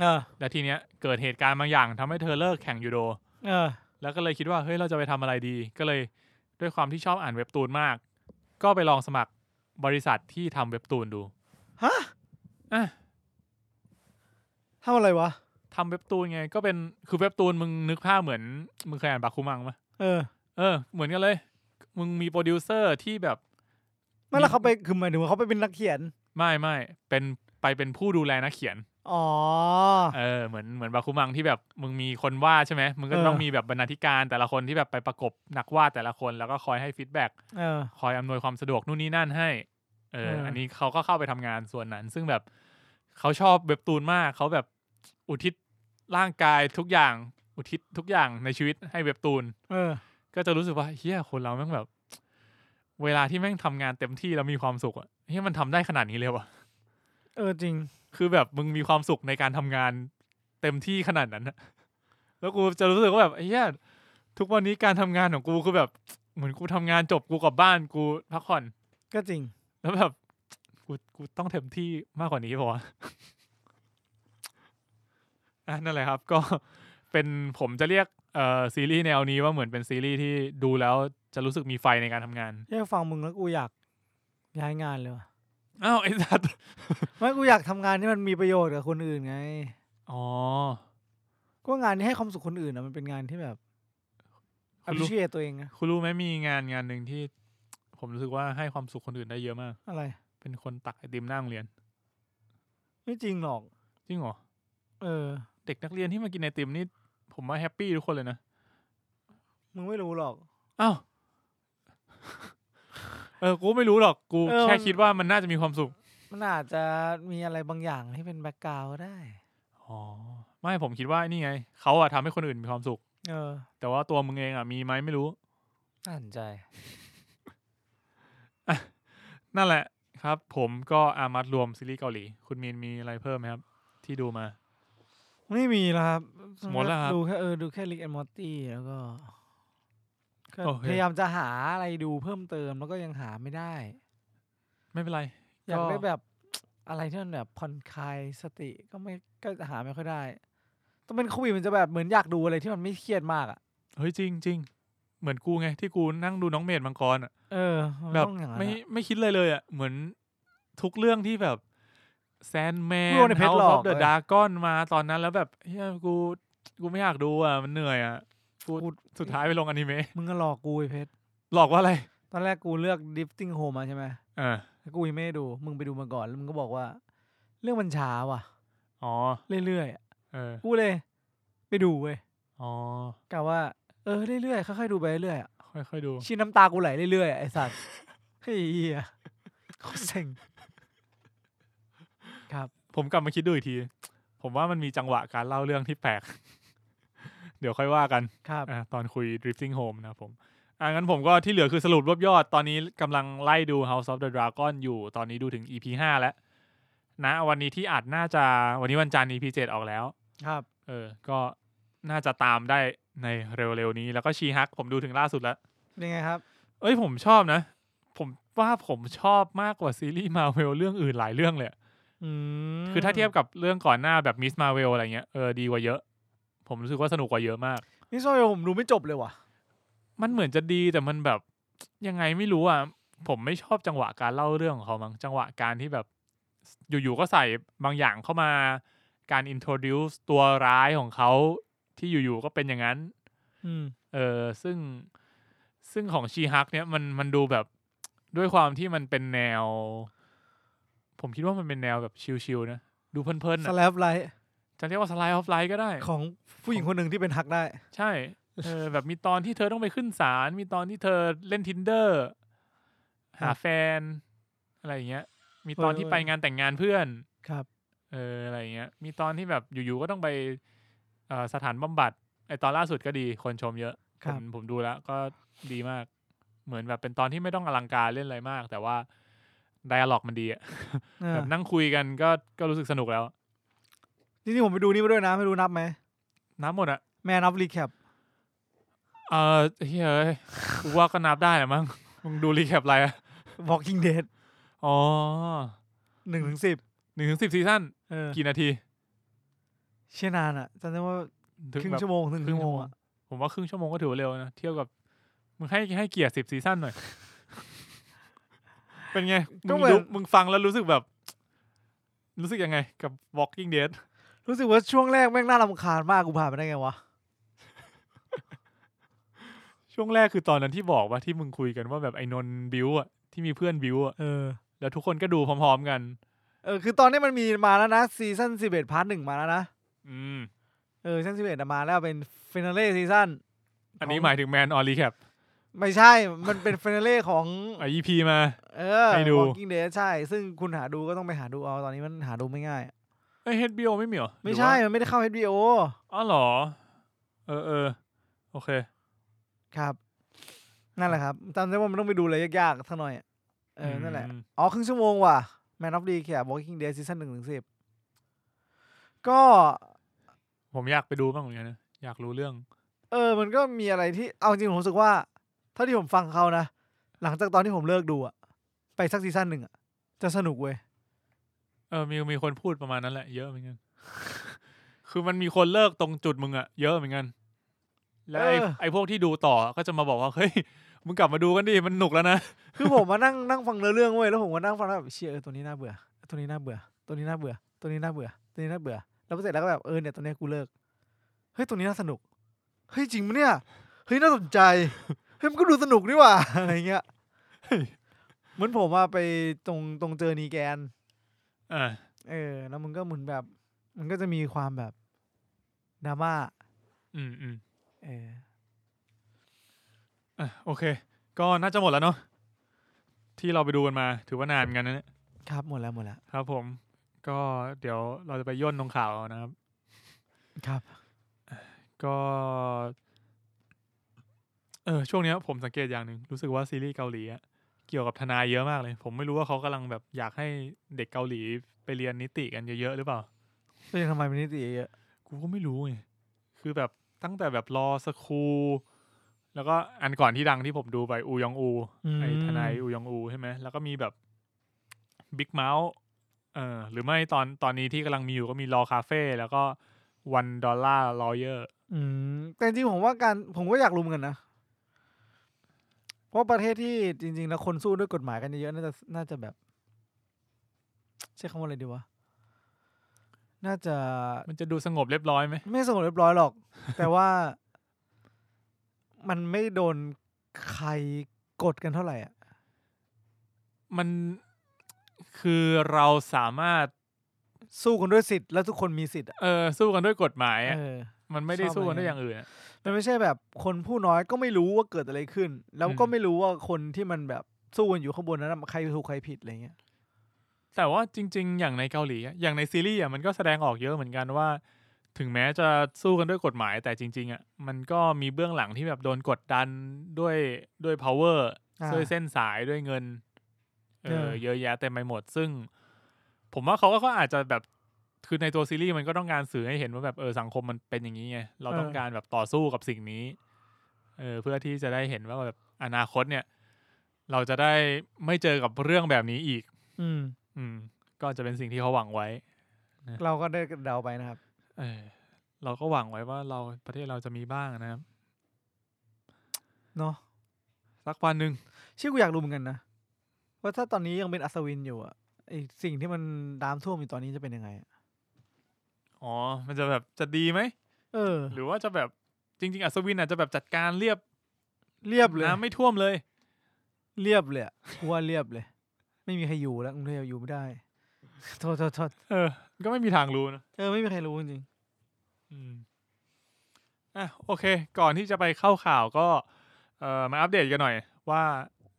[SPEAKER 1] เออ
[SPEAKER 2] และทีเนี้ยเกิดเหตุการณ์บางอย่างทำให้เธอเลิกแข่งยูโด
[SPEAKER 1] เออ
[SPEAKER 2] แล้วก็เลยคิดว่าเฮ้ยเราจะไปทำอะไรดี ก็เลยด้วยความที่ชอบอ่านเว็บตูนมาก ก็ไปลองสมัครบริษัทที่ทำเว็บตูนดู
[SPEAKER 1] ฮะ
[SPEAKER 2] อ่ะ
[SPEAKER 1] ทำอะไรวะ
[SPEAKER 2] ทำเว็บตูนไง ก็เป็นคือเว็บตูนมึงนึกภาพเหมือนมึงเคยอ่านบาคุมังปะ
[SPEAKER 1] เออ
[SPEAKER 2] เออเหมือนกันเลย มึงมีโปรดิวเซอร์ที่แบบ
[SPEAKER 1] ไม่แล้วเขาไปคือหมายถึงว่าเขาไปเป็นนักเขียน
[SPEAKER 2] ไม่ไม่เป็นไปเป็นผู้ดูแลนักเขียน
[SPEAKER 1] อ๋อ
[SPEAKER 2] เออเหมือนเหมือนบาคุมังที่แบบมึงมีคนวาดใช่ไหมมึงก็
[SPEAKER 1] เออ
[SPEAKER 2] ต้องมีแบบบรรณาธิการแต่ละคนที่แบบไปประกบนักวาดแต่ละคนแล้วก็คอยให้ฟีดแบ็ก
[SPEAKER 1] เออ
[SPEAKER 2] คอยอำนวยความสะดวกนู่นนี่นั่นให้เออ
[SPEAKER 1] เอออั
[SPEAKER 2] อันนี้เขาก็เข้าไปทำงานส่วนนั้น ซึ่งแบบเขาชอบเว็บตูนมากเขาแบบอุทิศร่างกายทุกอย่างอุทิศทุกอย่างในชีวิตให้เว็บตูน
[SPEAKER 1] เออ
[SPEAKER 2] ก็จะรู้สึกว่าเฮียคนเราแม่งแบบ เวลาที่แม่งทำงานเต็มที่แล้วมีความสุขอะเฮียมันทำได้ขนาดนี้เลยวะ
[SPEAKER 1] เออจริง
[SPEAKER 2] คือแบบมึงมีความสุขในการทำงานเต็มที่ขนาดนั้นนะ แล้วกูจะรู้สึกว่าแบบไอ้เหี้ยทุกวันนี้การทำงานของกูคือแบบ เหมือนกูทำงานจบกูกลับบ้านกูพักผ่อน
[SPEAKER 1] ก็จริง
[SPEAKER 2] แล้วแบบกูกูต้องเต็มที่มากกว่านี้เพราะวะ <laughs> อ่ะนั่นแหละครับ ก็เป็นผมจะเรียกเอ่อซีรีส์แนวนี้ว่าเหมือนเป็นซีรีส์ที่ดูแล้วจะรู้สึกมีไฟในการทำงาน
[SPEAKER 1] แค่ฟังมึงแล้วกูอยากย้ายงานเลยว่ะ
[SPEAKER 2] อ้าวไอ้สัตว์
[SPEAKER 1] ไม่กูอยากทำงานที่มันมีประโยชน์กับคนอื่นไง
[SPEAKER 2] อ๋อ
[SPEAKER 1] ก็งานที่ให้ความสุขคนอื่นอะมันเป็นงานที่แบบอ
[SPEAKER 2] คุณ
[SPEAKER 1] ภิ
[SPEAKER 2] รู้
[SPEAKER 1] เชียตัวเองนะ
[SPEAKER 2] คุณรู้ไหมมีงานงานหนึ่งที่ ผมรู้สึกว่าให้ความสุขคนอื่นได้เยอะมาก
[SPEAKER 1] อะไร
[SPEAKER 2] เป็นคนตักไอติมหน้าโรงเรียน
[SPEAKER 1] ไม่จริงหรอก
[SPEAKER 2] จริงเหรอ
[SPEAKER 1] เออ
[SPEAKER 2] เด็กนักเรียนที่มากินไอติมนี่ ผมว่าแฮปปี้ทุกคนเลยนะ
[SPEAKER 1] มึงไม่รู้หรอก
[SPEAKER 2] อ้าว <laughs> เออ กูไม่รู้หรอก กู
[SPEAKER 1] เออ
[SPEAKER 2] แค่
[SPEAKER 1] มัน
[SPEAKER 2] คิดว่ามันน่าจะมีความสุข
[SPEAKER 1] มันอาจจะมีอะไรบางอย่างที่เป็นแบ็กกราวด์ก็ได้
[SPEAKER 2] อ๋อ ไม่ผมคิดว่านี่ไง เขาอะทำให้คนอื่นมีความสุข
[SPEAKER 1] เออ
[SPEAKER 2] แต่ว่าตัวมึงเองอะมีไหมไม่รู้
[SPEAKER 1] น่าสนใจ
[SPEAKER 2] นั่นแหละครับ ผมก็อามัดรวมซีรีส์เกาหลี คุณมีนมีอะไรเพิ่มไหมครับ ที่ดูมา
[SPEAKER 1] ไม่มีแล้วครับ
[SPEAKER 2] หมดแล้วครับ
[SPEAKER 1] ดูแค่เออดูแค่ลิกแอนมอตตี้แล้วก็ก็
[SPEAKER 2] โอเค
[SPEAKER 1] พยายามจะหาอะไรดูเพิ่มเติมแล้วก็ยังหาไม่ได้
[SPEAKER 2] ไม่เป็นไร
[SPEAKER 1] อยาก
[SPEAKER 2] ก็
[SPEAKER 1] ได้แบบ อะไรที่มันแบบผ่อนคลายสติก็ไม่ก็หาไม่ค่อยได้ต้องเป็นโควิดมันจะแบบเหมือนอยากดูอะไรที่มันไม่เครียดมากอ่ะ
[SPEAKER 2] เฮ้ยจริงจริงเหมือนกูไงที่กูนั่งดูน้องเมดมังกรอะ
[SPEAKER 1] เออมัน
[SPEAKER 2] แบบ
[SPEAKER 1] ต้องอย่างนั้น
[SPEAKER 2] ไม่
[SPEAKER 1] อะ
[SPEAKER 2] ไม่คิดเลยเลยอ่ะ เหมือนทุกเรื่องที่แบบแซนแมน
[SPEAKER 1] ไม่รู้ในเพจ
[SPEAKER 2] เฮา
[SPEAKER 1] หร
[SPEAKER 2] ออ
[SPEAKER 1] อก
[SPEAKER 2] ฟเดอะ
[SPEAKER 1] เว้ย
[SPEAKER 2] ดากอนมาตอนนั้นแล้วแบบเฮ้ยกูกูไม่อยากดูอ่ะ มันเหนื่อยอ่ะ กูสุดท้ายไปลงอนิเมะ
[SPEAKER 1] มึงก็หลอกกูไอ้เพชร
[SPEAKER 2] หลอกว่าอะไร
[SPEAKER 1] ตอนแรกกูเลือก Drifting Home มาใช่ไหม
[SPEAKER 2] เออ
[SPEAKER 1] แล้วกูยังไม่ได้ดู มึงไปดูมาก่อนแล้วมึงก็บอกว่า เรื่องมันช้าว่ะ
[SPEAKER 2] อ๋อ
[SPEAKER 1] เรื่อยๆอะ
[SPEAKER 2] เออ
[SPEAKER 1] กูเลย ไปดูเว้ย
[SPEAKER 2] อ๋อก
[SPEAKER 1] ะว่า เออเรื่อยๆค่อยๆดูไปเรื่อยๆอะ
[SPEAKER 2] ค่อยๆดู
[SPEAKER 1] ชี้น้ำตากูไหลเรื่อยๆอะไอ้
[SPEAKER 2] <laughs>
[SPEAKER 1] สัตว์ เฮียโคตรเซ็ง
[SPEAKER 2] ผมกลับมาคิดดูอีกที ผมว่ามันมีจังหวะการเล่าเรื่องที่แปลก <laughs> เดี๋ยวค่อยว่ากัน
[SPEAKER 1] ครับ
[SPEAKER 2] อ่ะตอนคุย drifting home นะครับผมอ่ะงั้นผมก็ที่เหลือคือสรุปรวบยอด ตอนนี้กำลังไล่ดู House of the Dragon อยู่ตอนนี้ดูถึง EP 5 แล้ว นะวันนี้ที่อัดน่าจะวันนี้วันจันทร์ EP 7 ออกแล้ว
[SPEAKER 1] ครับ
[SPEAKER 2] เออ ก็น่าจะตามได้ในเร็วๆนี้ แล้วก็ชีฮักผมดูถึงล่าสุดแล้ว
[SPEAKER 1] ยังไงครับ
[SPEAKER 2] เอ้ยผมชอบนะ ผมว่าผมชอบมากกว่าซีรีส์มาเวลเรื่องอื่นหลายเรื่องเลยอะ
[SPEAKER 1] อืม
[SPEAKER 2] คือถ้าเทียบกับเรื่องก่อนหน้าแบบมิสมาเวลอะไรเงี้ยเออดีกว่าเยอะ ผมรู้สึกว่าสนุกกว่าเยอะมาก
[SPEAKER 1] นี่ซอยผมดูไม่จบเลยว่ะ
[SPEAKER 2] มันเหมือนจะดีแต่มันแบบ ยังไงไม่รู้อ่ะ ผมไม่ชอบจังหวะการเล่าเรื่องของเขามั้งจังหวะการที่แบบ อยู่ๆก็ใส่บางอย่างเข้ามาการ introduce ตัวร้ายของเขาที่อยู่ๆก็เป็นอย่างนั้น
[SPEAKER 1] อืม
[SPEAKER 2] เออซึ่งซึ่งของชีฮักเนี่ยมันมันดูแบบด้วยความที่มันเป็นแนว ผมคิดว่ามันเป็นแนวแบบชิลๆนะ ดูเพลิน
[SPEAKER 1] ส
[SPEAKER 2] ๆนะ
[SPEAKER 1] แลปไลท์
[SPEAKER 2] จะเรียกว่าสไลด์ออฟไลท์ก็ได้
[SPEAKER 1] ของผู้หญิงคนหนึ่งที่เป็นฮักได้
[SPEAKER 2] ใช่เออแบบมีตอนที่เธอต้องไปขึ้นศาล มีตอนที่เธอเล่น tinder หา
[SPEAKER 1] ครับ
[SPEAKER 2] แฟน อะไรอย่างเงี้ย มีตอน
[SPEAKER 1] เออ
[SPEAKER 2] ที่ไปงานแต่งงานเพื่อน
[SPEAKER 1] ครับ
[SPEAKER 2] เอออะไรอย่างเงี้ย มีตอนที่แบบอยู่ๆก็ต้องไปเอ่อสถานบำบัด ไอตอนล่าสุดก็ดี คนชมเยอะ
[SPEAKER 1] ค
[SPEAKER 2] ผ
[SPEAKER 1] รับ
[SPEAKER 2] มผมดูแล้วก็ดีมาก เหมือนแบบเป็นตอนที่ไม่ต้องอลังการเล่นอะไรมาก แต่ว่าไดอะล็อกมันดีอะ
[SPEAKER 1] เออ
[SPEAKER 2] แบบนั่งคุยกันก็ก็รู้สึกสนุกแล้ว
[SPEAKER 1] จริงๆผมไปดูนี่มาด้วยนะไม่รู้นับไหม
[SPEAKER 2] น้ำหมดอะ
[SPEAKER 1] แม่นับรีแคป
[SPEAKER 2] เออเฮ้ยกูว่าก็นับได้แหละมั้งมึงดูรีแคปอะไรอะ
[SPEAKER 1] Walking Dead
[SPEAKER 2] อ๋อ
[SPEAKER 1] หนึ่งถึงสิบ
[SPEAKER 2] หนึ่งถึงสิบซีซั่น
[SPEAKER 1] เออ
[SPEAKER 2] กี่นาที
[SPEAKER 1] เชี่ยนานอ่ะจำได้ว่า
[SPEAKER 2] ถึง
[SPEAKER 1] ครึ่ง
[SPEAKER 2] แบบ
[SPEAKER 1] ชั่วโมงถึง
[SPEAKER 2] ค
[SPEAKER 1] ค
[SPEAKER 2] รึ่
[SPEAKER 1] รึ่
[SPEAKER 2] ง
[SPEAKER 1] ง
[SPEAKER 2] ชั่
[SPEAKER 1] ชั่ว
[SPEAKER 2] วโม
[SPEAKER 1] โมง
[SPEAKER 2] ง
[SPEAKER 1] อะ
[SPEAKER 2] ผมว่าครึ่งชั่วโมงก็ถือว่าเร็วนะ เทียบกับ มึงให้ให้เกียรติสิบซีซั่น
[SPEAKER 1] <laughs>
[SPEAKER 2] หน่อย เป็นไงมึงรู้มึงฟังแล้วรู้สึกแบบ รู้สึกยังไง กับ Walking Dead
[SPEAKER 1] รู้สึกว่าช่วงแรกแม่งน่ารำคาญมากกูผ่านไปได้ไงวะ
[SPEAKER 2] ช่วงแรกคือตอนนั้นที่บอกว่าที่มึงคุยกันว่าแบบไอ้นนท์บิวอะที่มีเพื่อนบิวอะ
[SPEAKER 1] เออ
[SPEAKER 2] แล้วทุกคนก็ดูพร้อมๆกัน
[SPEAKER 1] เออคือตอนนี้มันมีมาแล้วนะซีซั่นสิบเอ็ดพาร์ทหนึ่งมาแล้วนะ
[SPEAKER 2] อืม
[SPEAKER 1] เออซีซั่นสิบเอ็ดมาแล้วเป็นฟินาเล่ซีซั่น
[SPEAKER 2] อันนี้
[SPEAKER 1] ของ
[SPEAKER 2] หมายถึงแมนออรีแคป
[SPEAKER 1] ไม่ใช่ มันเป็นฟินาเล่ของ
[SPEAKER 2] ไอ EP มา
[SPEAKER 1] เออ
[SPEAKER 2] ให้ดู
[SPEAKER 1] Walking Dead ใช่ ซึ่งคุณหาดูก็ต้องไปหาดูเอา ตอนนี้มันหาดูไม่ง่าย
[SPEAKER 2] เอ้ย HBO ไม่มีเหรอ
[SPEAKER 1] ไม่ใช่
[SPEAKER 2] หรือ
[SPEAKER 1] มั
[SPEAKER 2] ว่า
[SPEAKER 1] นไม่ได้เข้า HBO
[SPEAKER 2] อ๋อเหรอ เออเออโอเค
[SPEAKER 1] ครับ นั่นแหละครับจำได้ว่ามันต้องไปดูอะไรยากๆสักหน่อยอะเออ นั่นแหละ
[SPEAKER 2] อืม
[SPEAKER 1] อ๋อ ครึ่งชั่วโมงว่ะ Man of the Year ค่ะ Walking Dead ซีซั่นหนึ่งถึงสิบก็
[SPEAKER 2] ผมอยากไปดูบ้างเหมือนกันนะอยากรู้เรื่อง
[SPEAKER 1] เออ มันก็มีอะไรที่เอาจริงผมรู้สึกว่า ถ้าที่ผมฟังเขานะ หลังจากตอนที่ผมเลิกดูอะไปสักซีซั่นหนึ่งอะจะสนุกเว้ย
[SPEAKER 2] เออมีมีคนพูดประมาณนั้นแหละ เยอะเหมือนกัน <laughs> คือมันมีคนเลิกตรงจุดมึงอะเยอะเหมือนกัน แล้วไอ้
[SPEAKER 1] เออ
[SPEAKER 2] ไอ้พวกที่ดูต่อก็จะมาบอกว่าเฮ้ย <laughs> มึงกลับมาดูกันดิมันหนุกแล้วนะ
[SPEAKER 1] คือผมมานั่ง <laughs> นั่งฟังเนื้อเรื่องเว้ยแล้วผมก็นั่งฟังแล้วแบบเชียเออตัวนี้น่าเบื่อตัวนี้น่าเบื่อ ตัวนี้น่าเบื่อ ตัวนี้น่าเบื่อ ตัวนี้น่าเบื่อ แล้วพอเสร็จแล้วก็แบบเออเนี่ยตัวเนี้ยกูเลิกเฮ้ยตัวนี้น่าสนุกเฮ้ยจริงปะเนี่ยเฮ้ยน่าสนใจเฮ้ยมันก็ดูสนุกนี่หว่า อะไรเงี้ย
[SPEAKER 2] เฮ้ย
[SPEAKER 1] เหมือนผมมาไปตรงตรงเจอนีแกน
[SPEAKER 2] อ่า
[SPEAKER 1] เออ แล้วมันก็เหมือนแบบ มันก็จะมีความแบบดราม่า
[SPEAKER 2] อืมอืม
[SPEAKER 1] เออ
[SPEAKER 2] อ่ะโอเค ก็น่าจะหมดแล้วเนาะที่เราไปดูกันมา ถือว่านานเหมือนกันนะเนี่ย
[SPEAKER 1] ครับหมดแล้วหมดแล้ว
[SPEAKER 2] ครับ ผม ก็เดี๋ยวเราจะไปย่นตรงข่าวเอานะครับ
[SPEAKER 1] ครับ
[SPEAKER 2] ก็ เออช่วงเนี้ยผมสังเกตอย่างหนึ่งรู้สึกว่าซีรีส์เกาหลีอะเกี่ยวกับทนายเยอะมากเลย ผมไม่รู้ว่าเขากำลังแบบอยากให้เด็กเกาหลีไปเรียนนิติกันเยอะๆหรือเปล่า
[SPEAKER 1] เป็นทำไมเป็นนิติเยอะ
[SPEAKER 2] กูก็ไม่รู้ไงคือแบบตั้งแต่แบบรอสคูลแล้วก็อันก่อนที่ดังที่ผมดูไปอูยองอูไอทนายอูยองอูใช่ไหมแล้วก็มีแบบบิ๊กเมาส์เออหรือไม่ตอนตอนนี้ที่กำลังมีอยู่ก็มีรอคาเฟ่แล้วก็วันดอลลาร์ลอเยอร์
[SPEAKER 1] อืมแต่จริงๆผมว่าการผมก็อยากรู้เหมือนกันนะ เพราะประเทศที่จริงๆ แล้วคนสู้ด้วยกฎหมายกันเยอะๆน่าจะน่าจะแบบ ใช้คำว่าอะไรดีวะ น่าจะ
[SPEAKER 2] มันจะดูสงบเรียบร้อยไหม
[SPEAKER 1] ไม่สงบเรียบร้อยหร <laughs> อก แต่ว่ามันไม่โดนใครกดกันเท่าไหร่อ่ะ
[SPEAKER 2] มันคือเราสามารถ
[SPEAKER 1] สู้กันด้วยสิทธิ์แล้วทุกคนมีสิทธิ์อ่ะ
[SPEAKER 2] เออสู้กันด้วยกฎหมายอะ
[SPEAKER 1] เออ
[SPEAKER 2] มันไม่ได้
[SPEAKER 1] ชอบ
[SPEAKER 2] สู้กัน
[SPEAKER 1] อะไร
[SPEAKER 2] ด้วยอย่างอื่นอะ
[SPEAKER 1] มันไม่ใช่แบบคนผู้น้อยก็ไม่รู้ว่าเกิดอะไรขึ้น แล้วก็
[SPEAKER 2] อืม
[SPEAKER 1] ไม่รู้ว่าคนที่มันแบบสู้กันอยู่ข้างบนนั้นนะใครถูกใครผิดอะไรเงี้ย
[SPEAKER 2] แต่ว่าจริง ๆ อย่างในเกาหลีอะอย่างในซีรีส์อะมันก็แสดงออกเยอะเหมือนกันว่า ถึงแม้จะสู้กันด้วยกฎหมาย แต่จริง ๆอะมันก็มีเบื้องหลังที่แบบโดนกดดันด้วยด้วย power
[SPEAKER 1] อ่า
[SPEAKER 2] ด้วยเส้นสายด้วยเงินเอ
[SPEAKER 1] เอ
[SPEAKER 2] อ
[SPEAKER 1] อ
[SPEAKER 2] เยอะแยะเต็มไปหมด ซึ่ง ผมว่าเขาก็เขาอาจจะแบบคือในตัวซีรีส์มันก็ต้องการสื่อให้เห็นว่าแบบเออสังคมมันเป็นอย่างนี้ไงเราต้องการแบบต่อสู้กับสิ่งนี้ เออเพื่อที่จะได้เห็นว่าแบบอนาคตเนี่ย เราจะได้ไม่เจอกับเรื่องแบบนี้อีก
[SPEAKER 1] อืม
[SPEAKER 2] อืม ก็จะเป็นสิ่งที่เขาหวังไว้
[SPEAKER 1] เราก็ได้เดาไปนะครับ
[SPEAKER 2] เออ เราก็หวังไว้ว่าเราประเทศเราจะมีบ้างนะครับ
[SPEAKER 1] เนอะ
[SPEAKER 2] สักวันหนึ่ง
[SPEAKER 1] ชื่อกูอยากรู้เหมือนกันนะว่าถ้าตอนนี้ยังเป็นอัศวินอยู่อะไอสิ่งที่มันดามท่วมอยู่ตอนนี้จะเป็นยังไงอะ
[SPEAKER 2] อ๋อ มันจะแบบจะดีไหม
[SPEAKER 1] เออ
[SPEAKER 2] หรือว่าจะแบบจริง ๆ อัศวินอาจจะแบบจัดการเรียบ
[SPEAKER 1] เรียบเลย
[SPEAKER 2] น้ำไม่ท่วมเลย
[SPEAKER 1] เรียบเลยอะกูว่าเรียบเลย ไม่มีใครอยู่แล้วกรุงเทพอยู่ไม่ได้ โทษโทษโทษ
[SPEAKER 2] เออ ก็ไม่มีทางรู้นะ
[SPEAKER 1] เออไม่มีใครรู้จริง
[SPEAKER 2] อืมอ่ะโอเค ก่อนที่จะไปเข้าข่าวก็ เอ่อมาอัปเดตกันหน่อย ว่า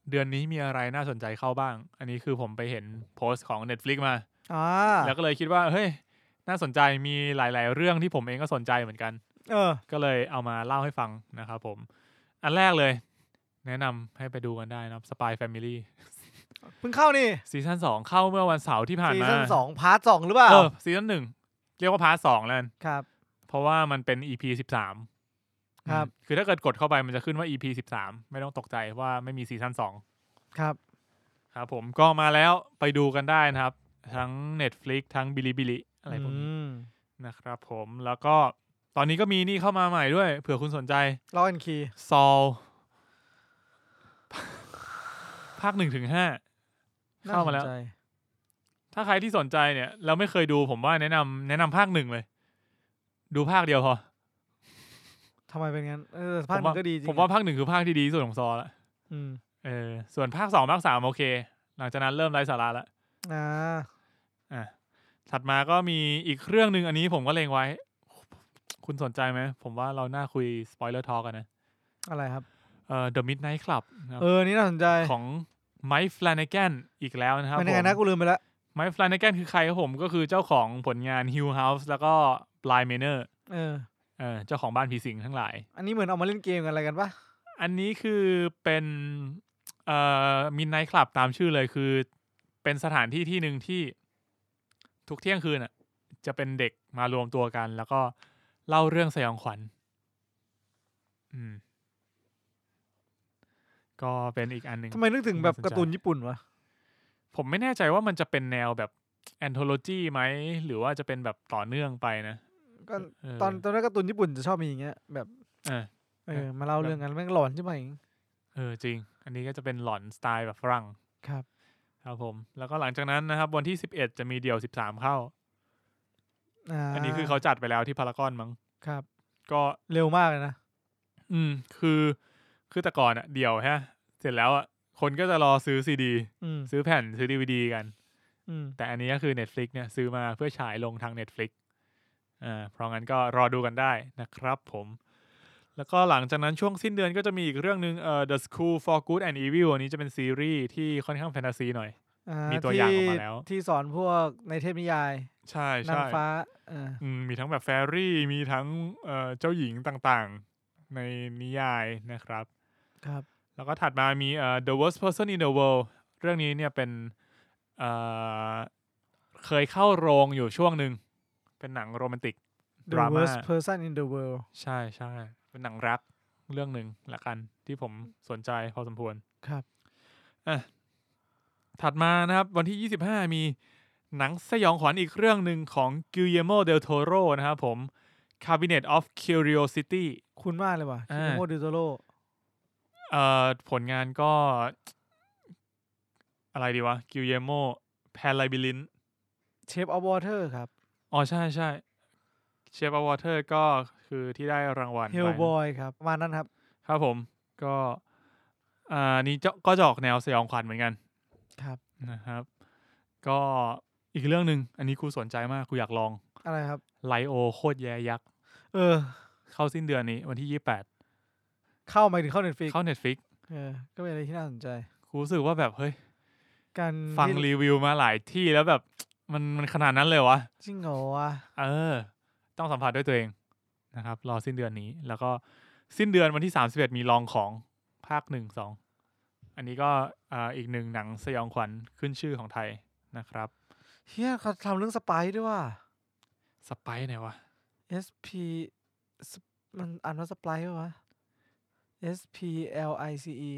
[SPEAKER 2] เดือนนี้มีอะไรน่าสนใจเข้าบ้าง อันนี้คือผมไปเห็นโพสต์ของ Netflix มา
[SPEAKER 1] ๆอ่า
[SPEAKER 2] แล้วก็เลยคิดว่า เฮ้ย น่าสนใจมีหลาย ๆ เรื่องที่ผมเองก็สนใจเหมือนกัน
[SPEAKER 1] เออ
[SPEAKER 2] ก็เลยเอามาเล่าให้ฟังนะครับผม อันแรกเลย แนะนำให้ไปดูกันได้นะครับ Spy Family
[SPEAKER 1] เพิ่งเข้านี่
[SPEAKER 2] ซีซั่นสองเข้าเมื่อวันเสาร์ที่ผ่าน
[SPEAKER 1] ซี
[SPEAKER 2] มา
[SPEAKER 1] ซั่นสองพาร์ทสองหรือเปล่า
[SPEAKER 2] เออซีซั่นหนึ่งเรียกว่าพาร์ทสองแล้วกัน
[SPEAKER 1] ครับ
[SPEAKER 2] เพราะว่ามันเป็น EP สิบสาม
[SPEAKER 1] ครับ
[SPEAKER 2] คือถ้าเกิดกดเข้าไปมันจะขึ้นว่า EP สิบสามไม่ต้องตกใจว่าไม่มีซีซั่นสอง
[SPEAKER 1] ครับ
[SPEAKER 2] ครับผมก็มาแล้วไปดูกันได้นะครับ ทั้ง Netflix ทั้งบิลิบิลิอะไรพวกนี้
[SPEAKER 1] ม
[SPEAKER 2] นะครับผมแล้วก็ตอนนี้ก็มีนี่เข้ามาใหม่ด้วย เผื่อคุณสนใจ
[SPEAKER 1] ล็อกแอนด์คีย์
[SPEAKER 2] ซอลภาคหนึ่งถึงห้า เข้ามาแล้ว
[SPEAKER 1] น่สนใจ
[SPEAKER 2] ถ้าใครที่สนใจเนี่ยแล้วไม่เคยดูผมว่าแนะนำแนะนำภาคหนึ่งเลย ดูภาคเดียวพอ
[SPEAKER 1] ทำไมเป็นงั้นเออภาคหนึ่งก็ดีจริง
[SPEAKER 2] ผมว่าภาคหนึ่งคือภาคที่ดีที่สุดของซอลละ
[SPEAKER 1] อืม
[SPEAKER 2] เออส่วนภาคสองภาคสามโอเค หลังจากนั้นเริ่มไร้สาระละ
[SPEAKER 1] อ่า
[SPEAKER 2] อ่ะถัดมาก็มีอีกเรื่องหนึ่งอันนี้ผมก็เลงไว้ คุณสนใจไหม ผมว่าเราน่าคุยสปอยเลอร์ทอกันนะ
[SPEAKER 1] อะไรครับ
[SPEAKER 2] เอ่อ The Midnight Club นะครับ
[SPEAKER 1] เออนี่น่าสนใจ
[SPEAKER 2] ของไมค์ฟลานแกนอีกแล้วนะครับ
[SPEAKER 1] มันยังไง
[SPEAKER 2] ผ
[SPEAKER 1] นะ
[SPEAKER 2] ม
[SPEAKER 1] กูลืมไปแล้ว
[SPEAKER 2] ไมค์ฟลานแกนคือใครครับผมก็คือเจ้าของผลงาน Hill House แล้วก็ Blind Manor
[SPEAKER 1] เออ
[SPEAKER 2] เออเจ้าของบ้านผีสิงทั้งหลาย
[SPEAKER 1] อันนี้เหมือนเอามาเล่นเกมกันอะไรกันปะ
[SPEAKER 2] อันนี้คือเป็นเอ่อมินไนท์คลับตามชื่อเลยคือเป็นสถานที่ที่หนึ่งที่ทุกเที่ยงคืนอ่ะ จะเป็นเด็กมารวมตัวกัน แล้วก็เล่าเรื่องสยองขวัญอืม ก็เป็นอีกอันหนึ่ง
[SPEAKER 1] ทำไมนึกถึงแบบ
[SPEAKER 2] น่าสนใจ
[SPEAKER 1] การ์ตูนญี่ปุ่นวะ
[SPEAKER 2] ผมไม่แน่ใจว่ามันจะเป็นแนวแบบแอนโทโลจีไหม หรือว่าจะเป็นแบบต่อเนื่องไปนะ
[SPEAKER 1] ก็
[SPEAKER 2] เ
[SPEAKER 1] ตอนตอนนั้นการ์ตูนญี่ปุ่นจะชอบมีอย่างเงี้ยแบบ
[SPEAKER 2] เออ
[SPEAKER 1] เออมาเล่าเรื่องกันแม่งหลอนใช่ไหม
[SPEAKER 2] เออจริง อันนี้ก็จะเป็นหลอนสไตล์แบบฝรั่ง
[SPEAKER 1] ครับ
[SPEAKER 2] ครับผม แล้วก็หลังจากนั้นนะครับ วันที่สิบเอ็ดจะมีเดี่ยวสิบสามเข้า อันนี้คือเขาจัดไปแล้วที่พารากอนมั้ง
[SPEAKER 1] ครับ
[SPEAKER 2] ก็
[SPEAKER 1] เร็วมากเลยนะ
[SPEAKER 2] อืม คือคือแต่ก่อนอะเดี่ยวฮะ เสร็จแล้วอะคนก็จะรอซื้อซีดี
[SPEAKER 1] อืม
[SPEAKER 2] ซื้อแผ่นซื้อดีวดีกัน
[SPEAKER 1] อืม
[SPEAKER 2] แต่อันนี้ก็คือ Netflix เนี่ยซื้อมาเพื่อฉายลงทาง Netflix อ่าเพราะงั้นก็รอดูกันได้นะครับผม แล้วก็หลังจากนั้นช่วงสิ้นเดือนก็จะมีอีกเรื่องหนึ่งเอ่อ The School for Good and Evil อันนี้จะเป็นซีรีส์ที่ค่อนข้างแฟนตาซีหน่อย
[SPEAKER 1] อ่า
[SPEAKER 2] มีตัวอย่างออกมา
[SPEAKER 1] ที่
[SPEAKER 2] แล้ว
[SPEAKER 1] ที่สอนพวกในเทพนิยาย
[SPEAKER 2] ใช่
[SPEAKER 1] นาง
[SPEAKER 2] ใช่
[SPEAKER 1] ฟ้าเออ
[SPEAKER 2] อืมมีทั้งแบบแฟรี่ มีทั้งเอ่อเจ้าหญิงต่างๆ ในนิยายนะครับ
[SPEAKER 1] ครับ
[SPEAKER 2] แล้วก็ถัดมามีเอ่อ The Worst Person in the World เรื่องนี้เนี่ยเป็นเอ่อเคยเข้าโรงอยู่ช่วงหนึ่ง เป็นหนังโรแมนติก
[SPEAKER 1] ด
[SPEAKER 2] ด
[SPEAKER 1] r
[SPEAKER 2] รา
[SPEAKER 1] a
[SPEAKER 2] ม่า
[SPEAKER 1] worst person in the world
[SPEAKER 2] ใช่ใช่เป็นหนังรักเรื่องหนึ่งละกัน ที่ผมสนใจพอสมควร
[SPEAKER 1] ครับ
[SPEAKER 2] อ่ะถัดมานะครับ วันที่ 25 มีหนังสยองขวัญอีกเรื่องหนึ่งของกิเยโมเดลโทโรนะครับผม Cabinet of Curiosity
[SPEAKER 1] คุณมากเลยว่ะ
[SPEAKER 2] อ่า
[SPEAKER 1] คิโมดิโตโร
[SPEAKER 2] เอ่อผลงานก็ อะไรดีวะกิเยโมแพลไลบิลิน
[SPEAKER 1] เชฟออฟวอเตอร์ครับ
[SPEAKER 2] อ๋อ ใช่ใช่เชฟอวอเตอร์ก็คือที่ได้รางวัล
[SPEAKER 1] เฮ
[SPEAKER 2] ไป
[SPEAKER 1] ล
[SPEAKER 2] นะ
[SPEAKER 1] บอยครับประมาณนั้นครับ
[SPEAKER 2] ครับผมก็อ่านี่จะก็จะออกแนวสยองขวัญเหมือนกัน
[SPEAKER 1] ครับ
[SPEAKER 2] นะครับ ก็อีกเรื่องหนึ่งอันนี้ครูสนใจมากครูอยากลอง
[SPEAKER 1] อะไรครับ
[SPEAKER 2] ไลโอโคตรแย่ยักษ์
[SPEAKER 1] เออ
[SPEAKER 2] เข้าสิ้นเดือนนี้วันที่ 28
[SPEAKER 1] เข้าหมายถึงเข้าเน็ตฟิก
[SPEAKER 2] เข้า Netflix
[SPEAKER 1] เออก็เป็นอะไรที่น่าสนใจ
[SPEAKER 2] ครูรู้สึกว่าแบบเฮ้ย
[SPEAKER 1] การ
[SPEAKER 2] ฟัง
[SPEAKER 1] ที่
[SPEAKER 2] รีวิวมาหลายที่แล้วแบบ มันมันขนาดนั้นเลยวะ
[SPEAKER 1] จริงเหรอวะ
[SPEAKER 2] เออ ต้องสัมผัสด้วยตัวเองนะครับ รอสิ้นเดือนนี้ แล้วก็สิ้นเดือนวันที่ 31 มีลองของภาคหนึ่งสองอันนี้ก็อ่าอีกหนึ่งหนังสยองขวัญขึ้นชื่อของไทยนะครับ
[SPEAKER 1] เฮียเขาทำเรื่องสไปซ์ด้วยว่ะ
[SPEAKER 2] สไปซ์ไหนวะ
[SPEAKER 1] SP สปมันอ่านว่าสไปซ์ปะวะ S P L I C E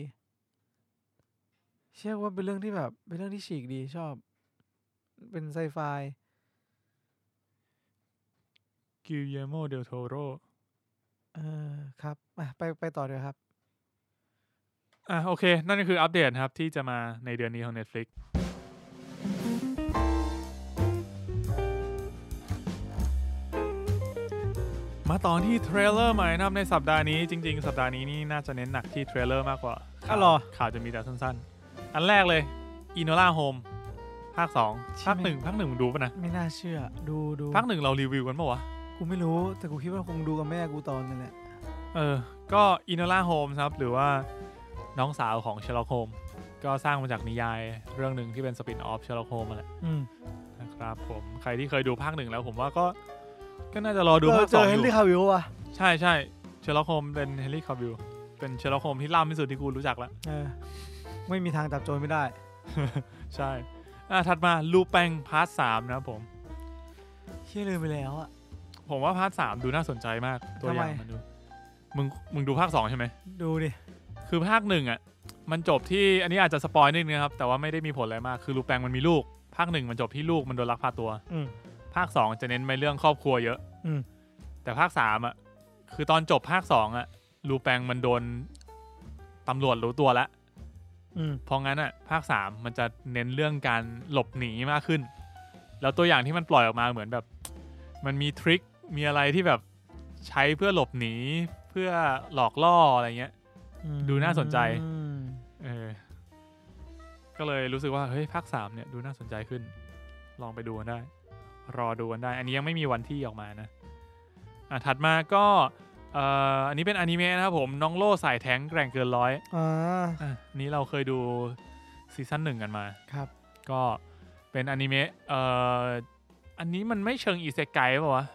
[SPEAKER 1] เชื่อว่าเป็นเรื่องที่แบบ เป็นเรื่องที่ฉีกดีชอบ เป็นไซไฟ
[SPEAKER 2] กิลเยโมเดลโทโร
[SPEAKER 1] เออครับอ่ะไปไปต่อเดี๋ยวครับ
[SPEAKER 2] อ่ะโอเค นั่นก็คืออัปเดตครับ ที่จะมาในเดือนนี้ของ Netflix มาตอนที่เทรลเลอร์ใหม่นะครับในสัปดาห์นี้จริง ๆ สัปดาห์นี้นี่น่าจะเน้นหนักที่เทรลเลอร์มากกว่า
[SPEAKER 1] อ้าวเหรอ
[SPEAKER 2] ข่าวจะมีแต่สั้นๆ อันแรกเลย Enola Holmes ภาคสองภาคหนึ่งภาคหนึ่งมึงดูป่ะนะ
[SPEAKER 1] ไม่น่าเชื่อ ดูดู
[SPEAKER 2] ภาคหนึ่งเรารีวิวกันปะวะ
[SPEAKER 1] กูไม่รู้ แต่กูคิดว่าคงดูกับแม่กูตอนนั่นแหละ
[SPEAKER 2] เออ ก็อิน o l ล่าโฮมครับ หรือว่าน้องสาวของเชล o โฮมก็สร้างมาจากนิยายเรื่องหนึ่งที่เป็นสปินออฟเชล o โฮมแหละ
[SPEAKER 1] อืม
[SPEAKER 2] นะครับผมใครที่เคยดูภาคหนึ่งแล้วผมว่าก็ ก็น่าจะรอดู
[SPEAKER 1] เออ
[SPEAKER 2] ภาค
[SPEAKER 1] เจ
[SPEAKER 2] สอ
[SPEAKER 1] อง เฮ
[SPEAKER 2] อน ยู่
[SPEAKER 1] รี่คาวิลว่ะ
[SPEAKER 2] ใช่ใช่เชล o โฮมเป็นเฮนรี่คาวิลเป็นเชล o โฮมที่ล่ำที่สุดที่กูรู้จักแล้ว
[SPEAKER 1] เออไม่มีทางจับโจรไม่ได้
[SPEAKER 2] ใช่อ่ะถัดมาลูแปงพาร์ทสามนะครับผม
[SPEAKER 1] เชื่อลืมไปแล้วอ่ะ
[SPEAKER 2] ผมว่าภาคสามดูน่าสนใจมาก ตัวอย่าง
[SPEAKER 1] ทำไม
[SPEAKER 2] มันดูมึงมึงดูภาคสองใช่ไหม
[SPEAKER 1] ดูดิ
[SPEAKER 2] คือภาคหนึ่งอ่ะ มันจบที่อันนี้อาจจะสปอยนิดนึงนะครับ แต่ว่าไม่ได้มีผลอะไรมาก คือลูแปงมันมีลูก ภาคหนึ่งมันจบที่ลูกมันโดนลักพาตัว
[SPEAKER 1] อืม
[SPEAKER 2] ภาคสองจะเน้นไปเรื่องครอบครัวเยอะ
[SPEAKER 1] อืม
[SPEAKER 2] แต่ภาคสามอ่ะ คือตอนจบภาคสองอ่ะ ลูแปงมันโดนตำรวจรู้ตัวแล้ว
[SPEAKER 1] อืม
[SPEAKER 2] เพราะงั้นอ่ะ ภาคสามมันจะเน้นเรื่องการหลบหนีมากขึ้น แล้วตัวอย่างที่มันปล่อยออกมาเหมือนแบบ มันมีทริค มีอะไรที่แบบใช้เพื่อหลบหนี เพื่อหลอกล่ออะไรเงี้ย ดูน่าสนใจ
[SPEAKER 1] อืม
[SPEAKER 2] เออ ก็เลยรู้สึกว่า เฮ้ย ภาคสามเนี่ย ดูน่าสนใจขึ้น ลองไปดูกันได้ รอดูกันได้ อันนี้ยังไม่มีวันที่ออกมานะ อ่ะ ถัดมาก็เอ่ออันนี้เป็นอนิเมะนะครับผม น้องโล่สายแท้งแกร่งเกินร้อย
[SPEAKER 1] อ่า
[SPEAKER 2] อ่ะอันนี้เราเคยดูซีซั่นหนึ่งกันมา
[SPEAKER 1] ครับ
[SPEAKER 2] ก็เป็นอนิเมะเอ่ออันนี้มันไม่เชิงอีเซไกป่ะวะ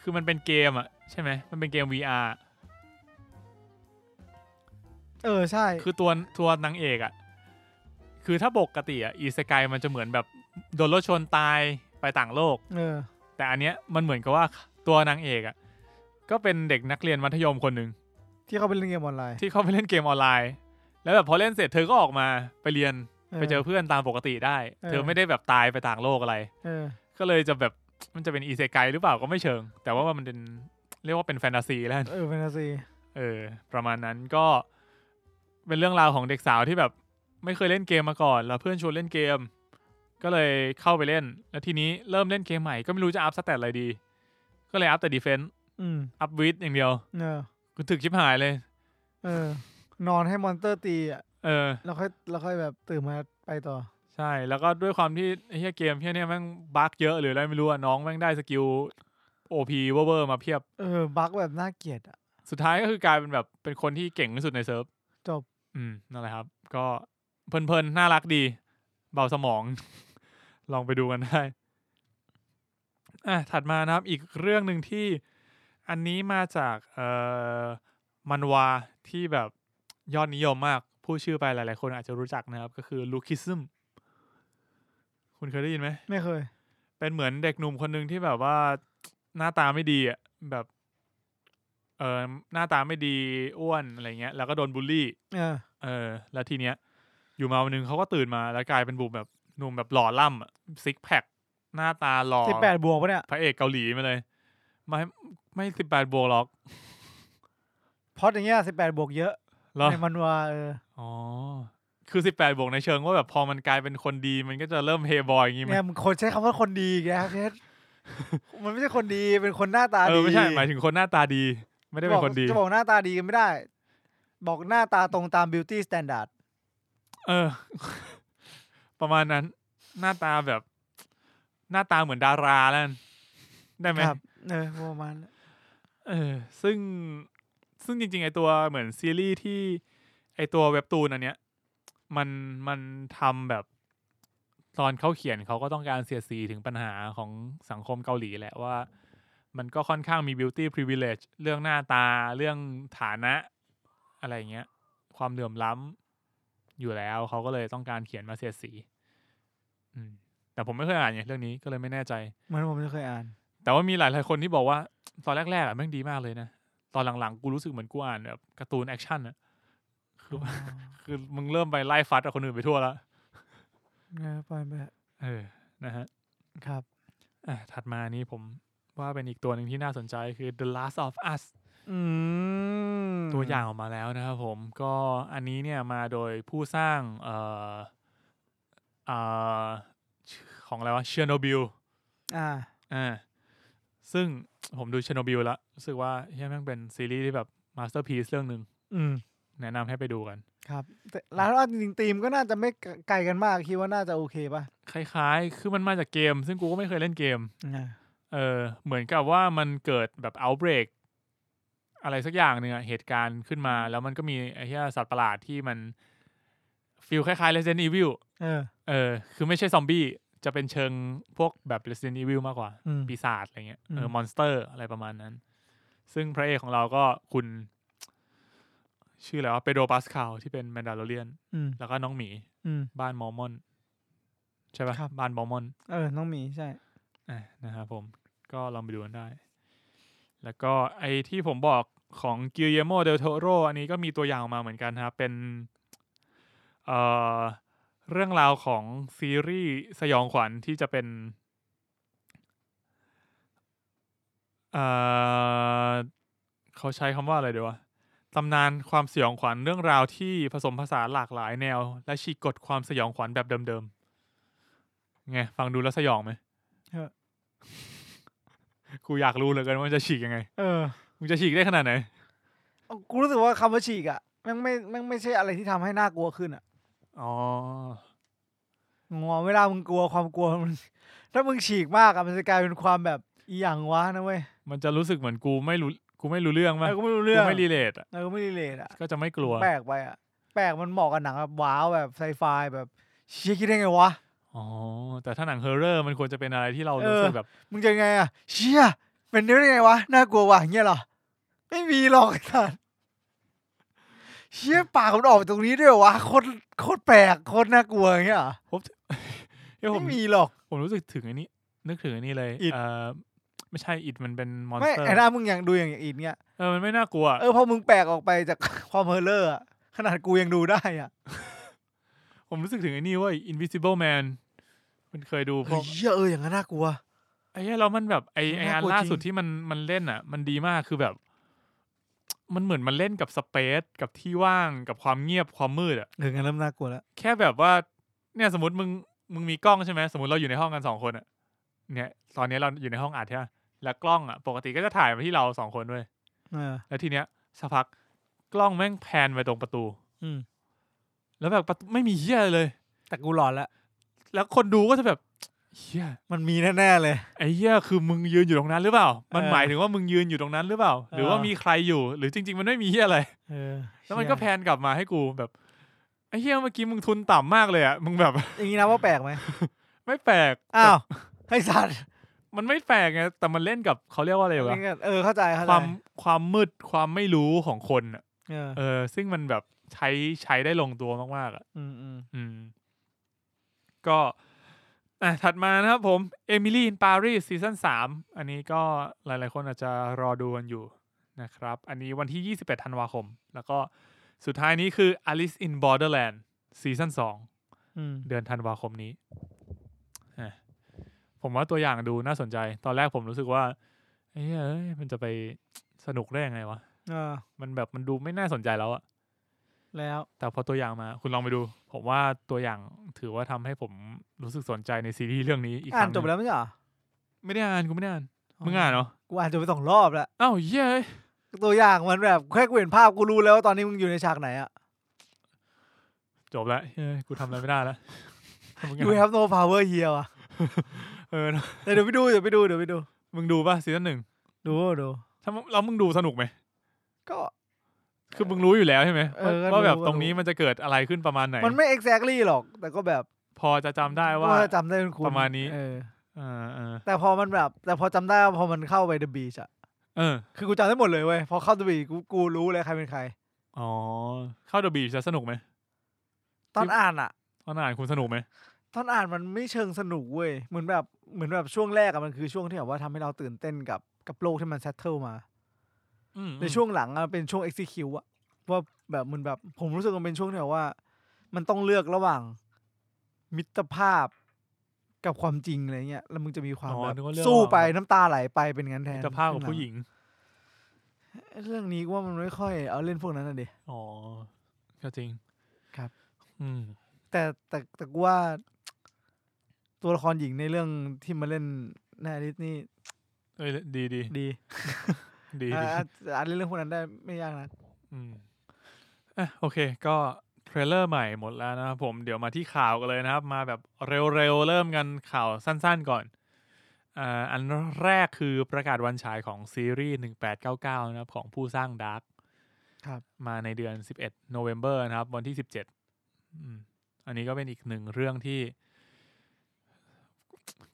[SPEAKER 2] คือมันเป็นเกมอะใช่ไหม มันเป็นเกม VR
[SPEAKER 1] เออใช่
[SPEAKER 2] คือตัวตัวนางเอกอะคือถ้าปกติอะอีสกายมันจะเหมือนแบบโดนรถชนตายไปต่างโลก
[SPEAKER 1] เออ
[SPEAKER 2] แต่อันเนี้ยมันเหมือนกับว่าตัวนางเอกอะก็เป็นเด็กนักเรียนมัธยมคนหนึ่ง
[SPEAKER 1] ที่เขาเป็นเล่นเกมออนไลน์
[SPEAKER 2] ที่เข้าไปเล่นเกมออนไลน์ แล้วแบบพอเล่นเสร็จเธอก็ออกมาไปเรียนไปเจอเพื่อนตามปกติได้ เธอไม่ได้แบบตายไปต่างโลกอะไร
[SPEAKER 1] เออ
[SPEAKER 2] ก็เลยจะแบบมันจะเป็นอีเซไกหรือเปล่าก็ไม่เชิง แต่ว่ามันเป็นเรียกว่าเป็นแฟนตาซีแล้วกัน
[SPEAKER 1] เออแฟนตาซี
[SPEAKER 2] เออประมาณนั้นก็เป็นเรื่องราวของเด็กสาวที่แบบไม่เคยเล่นเกมมาก่อนแล้วเพื่อนชวนเล่นเกม ก็เลยเข้าไปเล่น แล้วทีนี้เริ่มเล่นเกมใหม่ก็ไม่รู้จะอัพสเตตอะไรดี ก็เลยอัพแต่ดีเฟนต์
[SPEAKER 1] อืม
[SPEAKER 2] อัพวิดอย่างเดียว
[SPEAKER 1] เออ
[SPEAKER 2] กูถึกชิบหายเลย
[SPEAKER 1] เออ นอนให้มอนเตอร์ตีอ่ะ
[SPEAKER 2] เออ
[SPEAKER 1] แล้วค่อยแล้วค่อยแบบตื่นมาไปต่อ
[SPEAKER 2] ใช่แล้วก็ด้วยความที่ไอ้เหี้ยเกมเฮียเนี่ยแม่งบั๊กเยอะหรืออะไรไม่รู้อะน้องแม่งได้สกิลโอพีเวอร์มาเพียบ
[SPEAKER 1] เออ บั๊กแบบน่าเกลียดอ่ะ
[SPEAKER 2] สุดท้ายก็คือกลายเป็นแบบเป็นคนที่เก่งที่สุดในเซิร์ฟ
[SPEAKER 1] จบ
[SPEAKER 2] อืมนั่นแหละครับ ก็เพลินๆ น่ารักดี เบาสมอง <laughs> ลองไปดูกันได้อ่ะถัดมานะครับ อีกเรื่องหนึ่งที่อันนี้มาจากเอ่อมันวาที่แบบยอดนิยมมาก ผู้ชื่อไปหลายๆ คนอาจจะรู้จักนะครับ ก็คือลูคิซึมคุณเคยได้ยินไหม
[SPEAKER 1] ไม่เคย
[SPEAKER 2] เป็นเหมือนเด็กหนุ่มคนหนึ่งที่แบบว่า หน้าตาไม่ดีอ่ะแบบ เออหน้าตาไม่ดีอ้วนอะไรเงี้ย แล้วก็โดนบูลลี่
[SPEAKER 1] เออ
[SPEAKER 2] เออ แล้วทีเนี้ย อยู่มาวันหนึงเขาก็ตื่นมาแล้วกลายเป็นบุมแบบหนุ่มแบบหล่อล่ำอะซิกแพคหน้าตาหล่อ
[SPEAKER 1] สิบแปดบวกปะเนี่ย
[SPEAKER 2] พระเอกเกาหลีมาเลย ไม่ไม่สิบแปดบวกหรอก
[SPEAKER 1] พอดอย่างเงี้ยสิบแปดบวกเยอะ
[SPEAKER 2] เหรอ
[SPEAKER 1] ในมันวาเออ
[SPEAKER 2] อ๋อ คือสิบแปดบวกในเชิงว่าแบบพอมันกลายเป็นคนดี มันก็จะเริ่มเฮบอยอย่างงี้ไหม
[SPEAKER 1] เนี่ยมันคนใช้คำว่าคนดีแกแค่
[SPEAKER 2] <laughs>
[SPEAKER 1] มันไม่ใช่คนดี เป็นคนหน้าตา
[SPEAKER 2] เอ
[SPEAKER 1] ดี
[SPEAKER 2] อไม่ใช่หมายถึงคนหน้าตาดี ไม่ได้เป็นคนดี
[SPEAKER 1] จะบอกหน้าตาดีกันไม่ได้ บอกหน้าตาตรงตาม beauty standard
[SPEAKER 2] เออ <laughs> ประมาณนั้น หน้าตาแบบ หน้าตาเหมือนดาราแล้วกันได้ไหม
[SPEAKER 1] ครับเออประมาณนั้น
[SPEAKER 2] เออ ซึ่งซึ่งจริง ๆ ไอตัวเหมือนซีรีส์ที่ ไอตัวเว็บตูนอันเนี้ย มันมันทำแบบ ตอนเขาเขียนเขาก็ต้องการเสียดสีถึงปัญหาของสังคมเกาหลีแหละว่า มันก็ค่อนข้างมี beauty privilege เรื่องหน้าตาเรื่องฐานะ อะไรอย่างเงี้ย ความเหลื่อมล้ำอยู่แล้วเขาก็เลยต้องการเขียนมาเสียดสีอืมแต่ผมไม่เคยอ่านเนี่ยเรื่องนี้ก็เลยไม่แน่ใจ
[SPEAKER 1] เหมือนผมจะเคยอ่าน
[SPEAKER 2] แต่ว่ามีหลายหลายๆคนที่บอกว่า ตอนแรกๆอ่ะแม่งดีมากเลยนะ ตอนหลังๆ กูรู้สึกเหมือนกูอ่านแบบการ์ตูนแอคชั่นอะคือ <laughs> คือมึงเริ่มไปไล่ฟัดกับคนอื่นไปทั่วแล้ว
[SPEAKER 1] เออปล่อยไปเถอะ
[SPEAKER 2] เออนะฮะ
[SPEAKER 1] ครับ
[SPEAKER 2] อ่ะถัดมานี้ผมว่าเป็นอีกตัวหนึ่งที่น่าสนใจคือ The Last of Us
[SPEAKER 1] อืม
[SPEAKER 2] ตัวอย่างออกมาแล้วนะครับผมก็อันนี้เนี่ยมาโดยผู้สร้างเอ่อเอ่อของอะไรวะเชโนบิล
[SPEAKER 1] อ่า
[SPEAKER 2] อ่าซึ่งผมดูเชโนบิลแล้วรู้สึกว่าเฮียแม่งเป็นซีรีส์ที่แบบมาสเตอร์พีซเรื่องหนึ่ง
[SPEAKER 1] อืม
[SPEAKER 2] แนะนำให้ไปดูกัน
[SPEAKER 1] ครับ แต่แล้วเอาจริงๆทีมก็น่าจะไม่ไกลกันมากคิดว่าน่าจะโอเคป่ะ
[SPEAKER 2] คล้ายๆ คือมันมาจากเกม ซึ่งกูก็ไม่เคยเล่นเกม
[SPEAKER 1] อ่า
[SPEAKER 2] เออ เหมือนกับว่ามันเกิดแบบ outbreak อะไรสักอย่างหนึ่งอะเหตุการณ์ขึ้นมา แล้วมันก็มีไอ้เหี้ยสัตว์ประหลาดที่มันฟิลคล้ายๆ Resident Evil
[SPEAKER 1] เออ
[SPEAKER 2] เออ คือไม่ใช่ซอมบี้ จะเป็นเชิงพวกแบบ Resident Evil มากกว่า
[SPEAKER 1] อืม
[SPEAKER 2] ปีศาจอะไรเงี้ย เออ
[SPEAKER 1] ม
[SPEAKER 2] มอนสเตอร์อะไรประมาณนั้น ซึ่งพระเอกของเราก็คุณ ชื่ออะไรวะเปโดปาสคาลที่เป็นแมนดาโลเรียน
[SPEAKER 1] อืม
[SPEAKER 2] แล้วก็น้องหมี
[SPEAKER 1] อืม
[SPEAKER 2] บ้านมอร์มอน ใช่ปะ
[SPEAKER 1] ครับ
[SPEAKER 2] บ้านมอร์มอน
[SPEAKER 1] เออน้องหมีใช่
[SPEAKER 2] อ่ะนะครับผมก็ลองไปดูกันได้ แล้วก็ไอที่ผมบอกของกิ l เยโมเดลโทโรอันนี้ก็มีตัวอย่างออกมาเหมือนกันนะครับ เป็นเอ่อเรื่องราวของซีรีส์สยองขวัญที่จะเป็นเอ่อเขาใช้คำว่าอะไรดีวะตำนานความสยองขวัญเรื่องราวที่ผสมผสานหลากหลายแนว และฉีกกฎความสยองขวัญแบบเดิมๆไงฟังดูแล้วสยองไหม กูอยากรู้เหลือเกินว่ามันจะฉีกยังไง
[SPEAKER 1] เออ
[SPEAKER 2] มึงจะฉีกได้ขนาดไหน
[SPEAKER 1] เอากูรู้สึกว่าคำว่าฉีกอ่ะแม่งไม่แม่งไม่ใช่อะไรที่ทำให้น่ากลัวขึ้นอ่ะ
[SPEAKER 2] อ๋อ
[SPEAKER 1] งงเวลามึงกลัวความกลัวมัน <laughs> ถ้ามึงฉีกมากอ่ะมันจะกลายเป็นความแบบอีหยังวะนะเว้ย
[SPEAKER 2] มันจะรู้สึกเหมือนกูไม่รู้ กูไม่รู้เรื่อง
[SPEAKER 1] เอ
[SPEAKER 2] มั้
[SPEAKER 1] อย กูไม่รู้
[SPEAKER 2] กู
[SPEAKER 1] เรื่อง
[SPEAKER 2] ไม่รีเลทอ่ะ
[SPEAKER 1] เออกูไม่รีเลทอ่ะ
[SPEAKER 2] ก็จะไม่กลัว
[SPEAKER 1] แปลกไปอ่ะ แปลกมันเหมาะกับหนังแบบว้าวแบบไซไฟแบบเชี่ยคิดได้ไงวะ
[SPEAKER 2] อ๋อ แต่ถ้าหนังเฮอร์เรอร์มันควรจะเป็นอะไรที่เรา
[SPEAKER 1] เออ
[SPEAKER 2] รู้สึกแบบ
[SPEAKER 1] มึงจะไงอ่ะเชี่ยเป็นได้ไงวะน่ากลัวว่ะอย่างเงี้ยเหรอไม่มีหรอกไอ้สัสเชี่ยปากมันออกมาตรงนี้ด้วยเหรอวะโคตรโคตรแปลกโคตรน่ากลัวอย่างเงี้ยเหรอ
[SPEAKER 2] เฮ้ยผม
[SPEAKER 1] ไม่มีหรอก
[SPEAKER 2] ผมรู้สึกถึงอันนี้ นึกถึงอันนี้เลย
[SPEAKER 1] It
[SPEAKER 2] เออไม่ใช่อิดมันเป็นมอน
[SPEAKER 1] ไม่
[SPEAKER 2] สเตอร์
[SPEAKER 1] ไอ้หน้ามึงอย่างดูอย่างอีกเนี่ย
[SPEAKER 2] เออ มันไม่น่ากลัว
[SPEAKER 1] เออพอมึงแปลกออกไปจาก <laughs> ความเฮอร์เลอร์อะขนาดกูยังดูได้อ่ะ
[SPEAKER 2] ผมรู้สึกถึงอันนี้เว่า Invisible Man มันเคยดูพ
[SPEAKER 1] เฮ้
[SPEAKER 2] วย ก
[SPEAKER 1] เหี้ยเอออย่างนั้นน่ากลัว
[SPEAKER 2] ไอ้เหี้ยแล้วมันแบบไอไออั
[SPEAKER 1] น่า
[SPEAKER 2] น
[SPEAKER 1] กลัว
[SPEAKER 2] ล่า
[SPEAKER 1] จริง
[SPEAKER 2] สุดที่มันมันเล่นอ่ะ มันดีมากคือแบบ มันเหมือนมันเล่นกับสเปซกับที่ว่างกับความเงียบความมืดอ่ะ
[SPEAKER 1] เอองั้นเริ่มน่ากลัวแล้ว
[SPEAKER 2] แค่แบบว่าเนี่ยสมมติมึงมึงมีกล้องใช่ไหมสมมติเราอยู่ในห้องกันสองคนอะเนี่ยตอนนี้เราอยู่ในห้องอัดใช่ไหมแล้วกล้องอะปกติก็จะถ่ายมาที่เราสองคนด้วย
[SPEAKER 1] เออ
[SPEAKER 2] แล้วทีเนี้ยสักพักกล้องแม่งแพนไปตรงประตู
[SPEAKER 1] อืม
[SPEAKER 2] แล้วแบบประตูไม่มีเฮียอะไรเลย
[SPEAKER 1] แต่กูหลอนละ
[SPEAKER 2] แล้วคนดูก็จะแบบเฮีย
[SPEAKER 1] มันมีแน่ๆเลย
[SPEAKER 2] ไอ้เฮียคือมึงยืนอยู่ตรงนั้นหรือเปล่า มัน
[SPEAKER 1] เออ
[SPEAKER 2] หมายถึงว่ามึงยืนอยู่ตรงนั้นหรือเปล่า หรือว่า
[SPEAKER 1] เออ
[SPEAKER 2] มีใครอยู่ หรือจริง ๆ มันไม่มีเฮียอะไร
[SPEAKER 1] เออ
[SPEAKER 2] แล้วมันก็แพนกลับมาให้กูแบบไอ้เฮียเมื่อกี้มึงทุนต่ำมากเลยอะมึงแบบ
[SPEAKER 1] อย่างนี้นะว่าแปลกไหม
[SPEAKER 2] ไม่แปลก
[SPEAKER 1] อ้าว <laughs> ไอ้สัตว์
[SPEAKER 2] มันไม่แปลกไงแต่มันเล่นกับเขาเรียกว่าอะไรวะ
[SPEAKER 1] นี่ก็เออเข้าใจเข้า
[SPEAKER 2] ค
[SPEAKER 1] ใจ
[SPEAKER 2] วามความมืดความไม่รู้ของคนอะ
[SPEAKER 1] เออ
[SPEAKER 2] เออ ซึ่งมันแบบใช้ใช้ได้ลงตัวมากๆอ่ะ
[SPEAKER 1] อืมอืม
[SPEAKER 2] อืม ก็อ่ะถัดมานะครับผมเอมิลี่ n p ปารีสซีซั่นสามอันนี้ก็หลายๆคนอาจจะรอดูกันอยู่นะครับ อันนี้วันที่ 21ธันวาคม แล้วก็สุดท้ายนี้คือ Alice in Borderland ซีซั่นสอง
[SPEAKER 1] อืม
[SPEAKER 2] เดือนธันวาคมนี้อ่ะผมว่าตัวอย่างดูน่าสนใจ ตอนแรกผมรู้สึกว่าเอ้ยเอ้ยมันจะไปสนุกได้ยังไงวะ
[SPEAKER 1] เออ
[SPEAKER 2] มันแบบมันดูไม่น่าสนใจแล้วอะ
[SPEAKER 1] แล้ว
[SPEAKER 2] แต่พอตัวอย่างมา คุณลองไปดู ผมว่าตัวอย่างถือว่าทำให้ผมรู้สึกสนใจในซีรีส์เรื่องนี้อีกค
[SPEAKER 1] อ่าน
[SPEAKER 2] รั้ง
[SPEAKER 1] จบไปแล้วไม่ใช่เหรอ
[SPEAKER 2] ไม่ได้อ่านกูไม่ได้อ่าน มึงอ่านเหรอ
[SPEAKER 1] กูอ่านจบไปสองรอบแล้ว
[SPEAKER 2] อ้าวเย้ย
[SPEAKER 1] ตัวอย่างมันแบบแค่กูเห็นภาพกูรู้แล้วว่าตอนนี้มึงอยู่ในฉากไหนอะ
[SPEAKER 2] จบแล้วเฮ้ยกูทำอะไรไม่
[SPEAKER 1] <laughs>
[SPEAKER 2] ได้แล้วมึง
[SPEAKER 1] ยูแฮ
[SPEAKER 2] อ่าน
[SPEAKER 1] ปโนพาวเวอร์เฮียวะ
[SPEAKER 2] เออ
[SPEAKER 1] แต่เดี๋ยวไปดูเดี๋ยวไปดูเดี๋ยวไปดู
[SPEAKER 2] มึงดูป่ะซีซั่นหนึ่ง
[SPEAKER 1] ดูดู
[SPEAKER 2] ถ้ามึงแล้วมึงดูสนุกไหม
[SPEAKER 1] ก็
[SPEAKER 2] คือมึงรู้อยู่แล้วใช่ไหม
[SPEAKER 1] เออก็
[SPEAKER 2] ว่าแบบ
[SPEAKER 1] รู้
[SPEAKER 2] ตรงนี้
[SPEAKER 1] รู้
[SPEAKER 2] มันจะเกิดอะไรขึ้นประมาณไหน
[SPEAKER 1] มันไม่ exactly หรอก แต่ก็แบบ
[SPEAKER 2] พอจะจำได้ว่า
[SPEAKER 1] ก็จำได้เป็นคุณ
[SPEAKER 2] ประมาณนี้
[SPEAKER 1] เออ
[SPEAKER 2] เออเออ
[SPEAKER 1] แต่พอมันแบบแต่พอจำได้ว่าพอมันเข้าไปเดอะบีชอะ
[SPEAKER 2] เออ
[SPEAKER 1] คือกูจำได้หมดเลยเว้ยพอเข้าเดอะบีชกูกูรู้เลยใครเป็นใคร
[SPEAKER 2] อ๋อ เข้าเดอะบีชจะสนุกไหม
[SPEAKER 1] ตอนอ่านอะ
[SPEAKER 2] ตอนอ่านคุณสนุกไหม
[SPEAKER 1] ตอนอ่านมันไม่เชิงสนุกเว้ย เหมือนแบบเหมือนแบบช่วงแรกอะมันคือช่วงที่แบบว่าทำให้เราตื่นเต้นกับกับโลกที่มันเซตเทิลมา
[SPEAKER 2] อืม
[SPEAKER 1] ในช่วงหลังอะมันเป็นช่วง execute อะว่าแบบมันแบบผมรู้สึกมันเป็นช่วงที่แบบว่า มันต้องเลือกระหว่างมิตรภาพกับความจริงอะไรเงี้ย แล้วมึงจะมีความ
[SPEAKER 2] อ๋อ
[SPEAKER 1] แบบ
[SPEAKER 2] นึกว่าเรื่อง
[SPEAKER 1] สู้ไป
[SPEAKER 2] ว่า
[SPEAKER 1] น้ำตาไหลไปเป็นงั้นแทน
[SPEAKER 2] มิตรภาพกับผู้หญิง
[SPEAKER 1] เรื่องนี้กูว่ามันไม่ค่อยเอาเล่นพวกนั้นอะดิ
[SPEAKER 2] อ๋อ ก็จริง
[SPEAKER 1] ครับ
[SPEAKER 2] อืม
[SPEAKER 1] แต่แต่แต่กูว่า ตัวละครหญิงในเรื่องที่มาเล่นในอลิสนี่
[SPEAKER 2] เอ้ยดีดี
[SPEAKER 1] ดี
[SPEAKER 2] ดี
[SPEAKER 1] อ่า Ha, อ
[SPEAKER 2] ดี
[SPEAKER 1] ่าอ่านเรื่องพวกนั้นได้ไม่ยากนะ
[SPEAKER 2] อืม อ่ะโอเค ก็เทรลเลอร์ใหม่หมดแล้วนะครับผมเดี๋ยวมาที่ข่าวกันเลยนะครับ มาแบบเร็วๆ เริ่มกันข่าวสั้นๆก่อนอ่าอันแรกคือประกาศวันฉายของซีรีส์ 1899 นะครับ ของผู้สร้างดาร์ก
[SPEAKER 1] ครับ
[SPEAKER 2] มาในเดือน 11 November นะครับ วันที่ 17อืมอันนี้ก็เป็นอีกหนึ่งเรื่องที่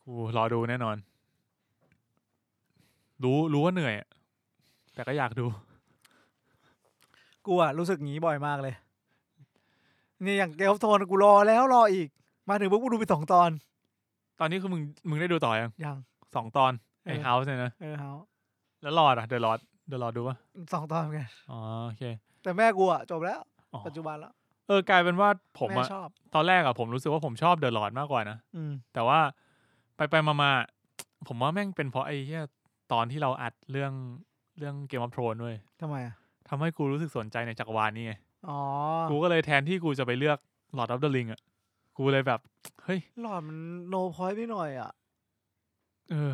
[SPEAKER 2] กูรอดูแน่นอน รู้รู้ว่าเหนื่อยอะแต่ก็อยากดู
[SPEAKER 1] กูอะรู้สึกงี้บ่อยมากเลยเนี่ยอย่างเกลฟโทนกูรอแล้วรออีก มาถึงปุ๊บกูดูไปสองตอน
[SPEAKER 2] ตอนนี้คือมึงมึงได้ดูต่อยัง
[SPEAKER 1] ยัง
[SPEAKER 2] สองตอนไอ้
[SPEAKER 1] เออ
[SPEAKER 2] เฮาส์เนี่ยนะ
[SPEAKER 1] เออเฮา
[SPEAKER 2] แล้วหลอดอ่ะเดอะหลอดเดอะหลอดดูป่ะ
[SPEAKER 1] สองตอนเหมือนกัน
[SPEAKER 2] อ๋อ โอเค
[SPEAKER 1] แต่แม่กูอะจบแล้ว
[SPEAKER 2] อ๋อ
[SPEAKER 1] ปัจจุบันแล้ว
[SPEAKER 2] เออกลายเป็นว่าผม
[SPEAKER 1] แม่
[SPEAKER 2] อะ
[SPEAKER 1] ชอบ
[SPEAKER 2] ตอนแรกอะผมรู้สึกว่าผมชอบเดอะหลอดมากกว่านะ
[SPEAKER 1] อืม
[SPEAKER 2] แต่ว่าไปไปมามาๆผมว่าแม่งเป็นเพราะไอ้เหี้ยตอนที่เราอัดเรื่องเรื่องเกมออฟโทรนด้วย
[SPEAKER 1] ทำไมอะ
[SPEAKER 2] ทำให้กูรู้สึกสนใจในจักรวาลนี่ไง
[SPEAKER 1] อ๋อ
[SPEAKER 2] กูก็เลยแทนที่กูจะไปเลือกหลอดออฟเดอะลิงอะกูเลยแบบ เฮ้ย
[SPEAKER 1] หลอดมันโนพอยต์ไปหน่อยอะ
[SPEAKER 2] เออ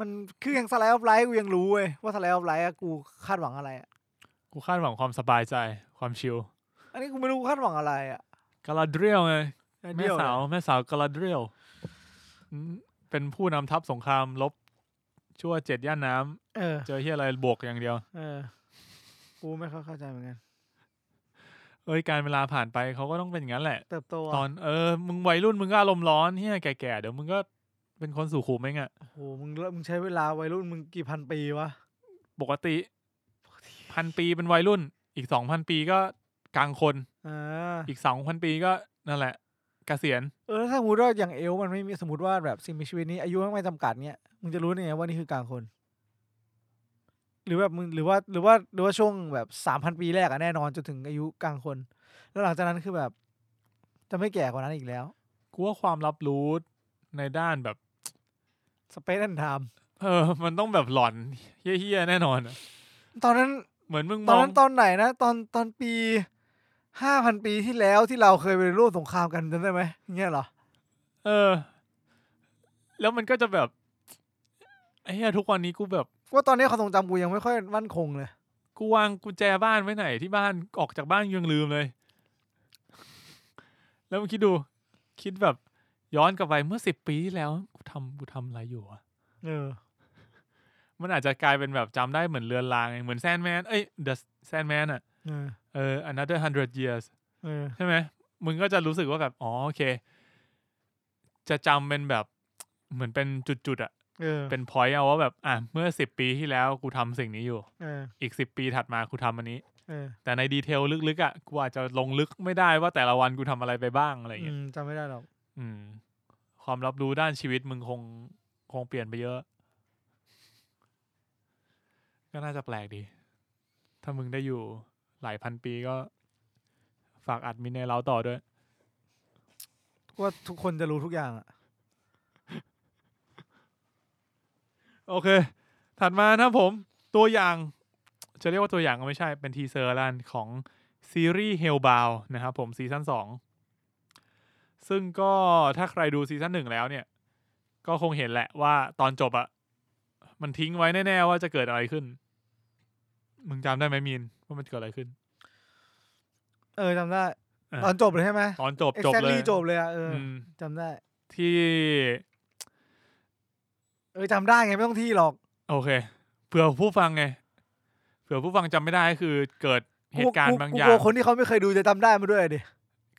[SPEAKER 1] มันคืออย่างสไลด์ออฟไลท์กูยังรู้เว้ยว่าสไลด์ออฟไลท์อะกูคาดหวังอะไรอะ
[SPEAKER 2] กูคาดหวังความสบายใจความชิล
[SPEAKER 1] อันนี้กูไม่รู้คาดหวังอะไรอะ
[SPEAKER 2] กาลาเดรียลไง แม่
[SPEAKER 1] เดี่ย
[SPEAKER 2] สาว
[SPEAKER 1] เลย
[SPEAKER 2] แม่สาวกาลาเดรียลอืมเป็นผู้นำทัพสงครามลบชั่วเจ็ดย่านน้
[SPEAKER 1] เออ
[SPEAKER 2] ำเจอที่อะไรบวกอย่างเดียว
[SPEAKER 1] เออ กูไม่ค่อยเข้าใจเหมือนกัน
[SPEAKER 2] เอ้ยการเวลาผ่านไปเขาก็ต้องเป็นอย่างนั้นแหละ
[SPEAKER 1] เติบโตะ
[SPEAKER 2] ตอนเออ มึงวัยรุ่นมึงก็อารมณ์ร้อนเฮียแก่ๆ เดี๋ยวมึงก็เป็นคนสู่ขุมเองอะ
[SPEAKER 1] โอ้โหมึงเริ่มมึงใช้เวลาวัยรุ่นมึงกี่พันปีวะ
[SPEAKER 2] ปกติพันปีเป็นวัยรุ่น อีกสองพันปีก็กลางคน
[SPEAKER 1] เออ
[SPEAKER 2] อีกสองพันปีก็นั่นแหละ เกษียณ
[SPEAKER 1] เออถ้าสมมติว่าอย่างเอลฟ์มันไม่มีสมมติว่าแบบสิ่งมีชีวิตนี้อายุไม่จำกัดเนี่ยมึงจะรู้ได้ไงว่านี่คือกลางคน หรือแบบมึงหรือว่าหรือว่าหรือว่าช่วงแบบสามพันปีแรกอะแน่นอนจนถึงอายุกลางคน แล้วหลังจากนั้นคือแบบ จะไม่แก่กว่านั้นอีกแล้ว
[SPEAKER 2] กูว่าความรับรู้ในด้านแบบ
[SPEAKER 1] สเปซแอนด์ไทม์
[SPEAKER 2] เออ มันต้องแบบหลอนเฮี้ยๆแน่นอนอะ
[SPEAKER 1] ตอนนั้น
[SPEAKER 2] เหมือนมึง
[SPEAKER 1] ต
[SPEAKER 2] ม
[SPEAKER 1] อน
[SPEAKER 2] อง
[SPEAKER 1] นั้นตอนไหนนะ ตอนตอนปีห้าพันปีที่แล้วที่เราเคยไปร่วมสงครามกันจำได้ไหมอย่างเงี้ยเหรอ
[SPEAKER 2] เออ แล้วมันก็จะแบบไอ้เหี้ยทุกวันนี้กูแบบ
[SPEAKER 1] ว่าตอนนี้ความทรงจำกูยังไม่ค่อยมั่นคงเลย
[SPEAKER 2] กูวางกุญแจบ้านไว้ไหนที่บ้านออกจากบ้านยังลืมเลย แล้วมึงคิดดู คิดแบบ ย้อนกลับไปเมื่อสิบปีที่แล้วกูทำกูทำอะไรอยู่อะ
[SPEAKER 1] เออ
[SPEAKER 2] มันอาจจะกลายเป็นแบบจำได้เหมือนเรือนรางไงเหมือนแซนแมนเอ้ยเดอะแซนแมนอะ
[SPEAKER 1] เออ
[SPEAKER 2] เออ another hundred years
[SPEAKER 1] เออ
[SPEAKER 2] ใช่ไหมมึงก็จะรู้สึกว่าแบบ อ๋อโอเค จะจำเป็นแบบเหมือนเป็นจุดๆอะ
[SPEAKER 1] เออ
[SPEAKER 2] <laughs> เป็น point เอาว่าแบบ อ่ะ เมื่อสิบปีที่แล้วกูทำสิ่งนี้อยู่
[SPEAKER 1] เออ
[SPEAKER 2] อีกสิบปีถัดมากูทำอันนี้
[SPEAKER 1] เออ
[SPEAKER 2] แต่ในดีเทลลึกๆอ่ะกูอาจจะลงลึกไม่ได้ว่าแต่ละวันกูทำอะไรไปบ้างอะไรอย่าง
[SPEAKER 1] อื
[SPEAKER 2] เงี้ย
[SPEAKER 1] มจำไม่ได้หรอก
[SPEAKER 2] อืม ความรับรู้ด้านชีวิตมึงคงคงเปลี่ยนไปเยอะ ก็น่าจะแปลกดี ถ้ามึงได้อยู่หลายพันปีก็ ฝากอัดมินในเราต่อด้วย
[SPEAKER 1] ว่าทุกคนจะรู้ทุกอย่างอะ
[SPEAKER 2] โอเค ถัดมานะครับผม ตัวอย่าง จะเรียกว่าตัวอย่างก็ไม่ใช่ เป็นทีเซอร์ละกันของซีรีส์ Hellbound นะครับผมซีซั่น2 ซึ่งก็ถ้าใครดูซีซั่น1แล้วเนี่ย ก็คงเห็นแหละว่าตอนจบอะมันทิ้งไว้แน่ๆว่าจะเกิดอะไรขึ้น มึงจำได้ไหมมีน ว่ามันเกิดอะไรขึ้น
[SPEAKER 1] เออจำได้
[SPEAKER 2] อ่ะ
[SPEAKER 1] ตอนจบเลยใช่ไหม
[SPEAKER 2] ตอนจบจบเลย
[SPEAKER 1] exactly จบเลยอะเอออ
[SPEAKER 2] อืม
[SPEAKER 1] จำได้
[SPEAKER 2] ที่
[SPEAKER 1] เออจำได้ไงไม่ต้องที่หรอก
[SPEAKER 2] โอเค เผื่อผู้ฟังไง เผื่อผู้ฟังจำไม่ได้คือเกิดเหตุการณ์บางอย่าก
[SPEAKER 1] ลัว
[SPEAKER 2] ง
[SPEAKER 1] คนที่เขาไม่เคยดูจะจำได้มาด้วยดิ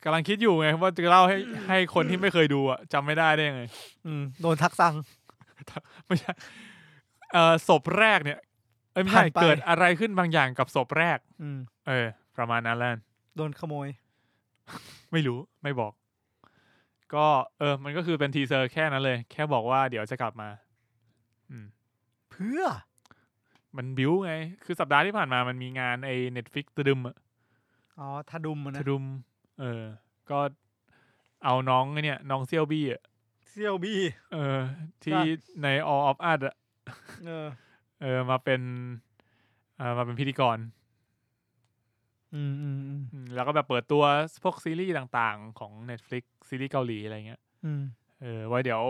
[SPEAKER 2] กำลังคิดอยู่ไงว่าจะเล่าให้ให้คนที่ไม่เคยดูอะจำไม่ได้ได้ยังไง
[SPEAKER 1] อืมโดนทักซัง
[SPEAKER 2] ไม่ใช่เอ่อศพแรกเนี่ยเอ้ยไม่ใช่
[SPEAKER 1] ผ่านไป
[SPEAKER 2] เกิดอะไรขึ้นบางอย่างกับศพแรก
[SPEAKER 1] อืม
[SPEAKER 2] เออ ประมาณนั้นแหล้ว
[SPEAKER 1] โดนขโมย
[SPEAKER 2] ไม่รู้ไม่บอก ก็เออ มันก็คือเป็นทีเซอร์แค่นั้นเลย แค่บอกว่าเดี๋ยวจะกลับมา อืม
[SPEAKER 1] เพื่อ
[SPEAKER 2] มันบิวไง คือสัปดาห์ที่ผ่านมามันมีงานไอ้ Netflix ตะดึมอะ
[SPEAKER 1] อ๋อทาดุมมันนะ
[SPEAKER 2] ทะดุม เออ ก็เอาน้องไอ้เนี่ยน้องเซียวบี้อะ
[SPEAKER 1] เซียวบี้
[SPEAKER 2] เออ ที่
[SPEAKER 1] ใช่
[SPEAKER 2] ใน All of Us อะ
[SPEAKER 1] เออ
[SPEAKER 2] เออมาเป็นเออมาเป็นพิธีกร
[SPEAKER 1] อืมอืมอืม
[SPEAKER 2] อืมแล้วก็แบบเปิดตัวพวกซีรีส์ต่างๆ ของ Netflix ซีรีส์เกาหลีอะไรเงี้ย
[SPEAKER 1] อืม
[SPEAKER 2] เออไว้เดี๋ยว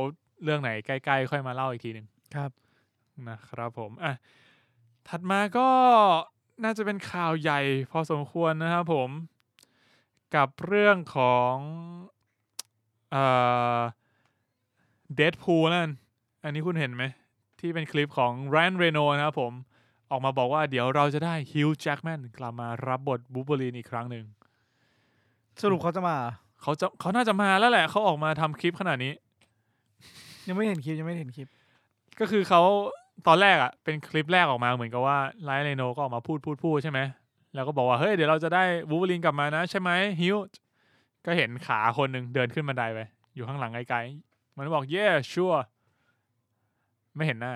[SPEAKER 2] เรื่องไหนใกล้ๆ ค่อยมาเล่าอีกทีหนึ่ง
[SPEAKER 1] ครับ
[SPEAKER 2] นะครับผมอ่ะถัดมาก็ น่าจะเป็นข่าวใหญ่พอสมควรนะครับผม กับเรื่องของเอ่อเดดพูนั่น อันนี้คุณเห็นไหม ที่เป็นคลิปของแรนเรโนนะครับผม ออกมาบอกว่าเดี๋ยวเราจะได้ฮิวจ์แจ็กแมนกลับมารับบทบูบูลีนอีกครั้งหนึ่ง
[SPEAKER 1] สรุปเขาจะมาเหรอ
[SPEAKER 2] เขาจะเขาน่าจะมาแล้วแหละ เขาออกมาทำคลิปขนาดนี้
[SPEAKER 1] ยังไม่เห็นคลิปยังไม่เห็นคลิป
[SPEAKER 2] ก็คือเขาตอนแรกอ่ะ เป็นคลิปแรกออกมาเหมือนกับว่าไลท์เรโนก็ออกมาพูดพูดพูดใช่ไหม แล้วก็บอกว่า เฮ้ย เดี๋ยวเราจะได้วูล์ฟเวอรีนกลับมานะ ใช่ไหมฮิวก็เห็นขาคนหนึ่งเดินขึ้นบันไดไป อยู่ข้างหลังไกลๆ มันบอกเย่ชัวไม่เห็นหน้า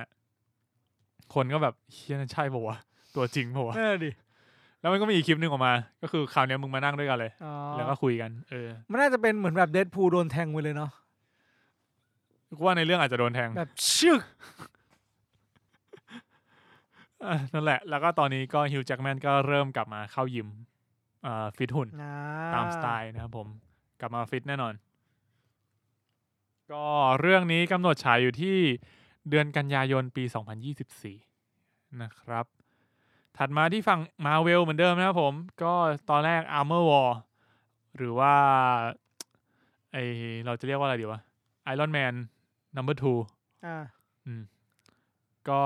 [SPEAKER 2] คนก็แบบเฮียนั่นใช่ปะวะตัวจริงปะวะ
[SPEAKER 1] แน่ดิ
[SPEAKER 2] แล้วมันก็มีอีกคลิปหนึ่งออกมา ก็คือคราวเนี้ยมึงมานั่งด้วยกันเลย
[SPEAKER 1] อ๋อ
[SPEAKER 2] แล้วก็คุยกันเออ
[SPEAKER 1] มันน่าจะเป็นเหมือนแบบเดดพูโดนแทงไปเลยเนาะ
[SPEAKER 2] กูว่าในเรื่องอาจจะโดนแทง
[SPEAKER 1] แบบชึก
[SPEAKER 2] อ่ะนั่นแหละ แล้วก็ตอนนี้ก็ฮิวจ์แจ็กแมนก็เริ่มกลับมาเข้ายิมอ่าฟิตหุ่น
[SPEAKER 1] อ่
[SPEAKER 2] ตามสไตล์นะครับผม กลับมาฟิตแน่นอน ก็เรื่องนี้กำหนดฉายอยู่ที่เดือนกันยายนปี 2024 นะครับ ถัดมาที่ฝั่งมาเวลเหมือนเดิมนะครับผม ก็ตอนแรก Armor War หรือว่าไอเราจะเรียกว่าอะไรดีวะ Iron Man Number 2
[SPEAKER 1] อ่า
[SPEAKER 2] ก็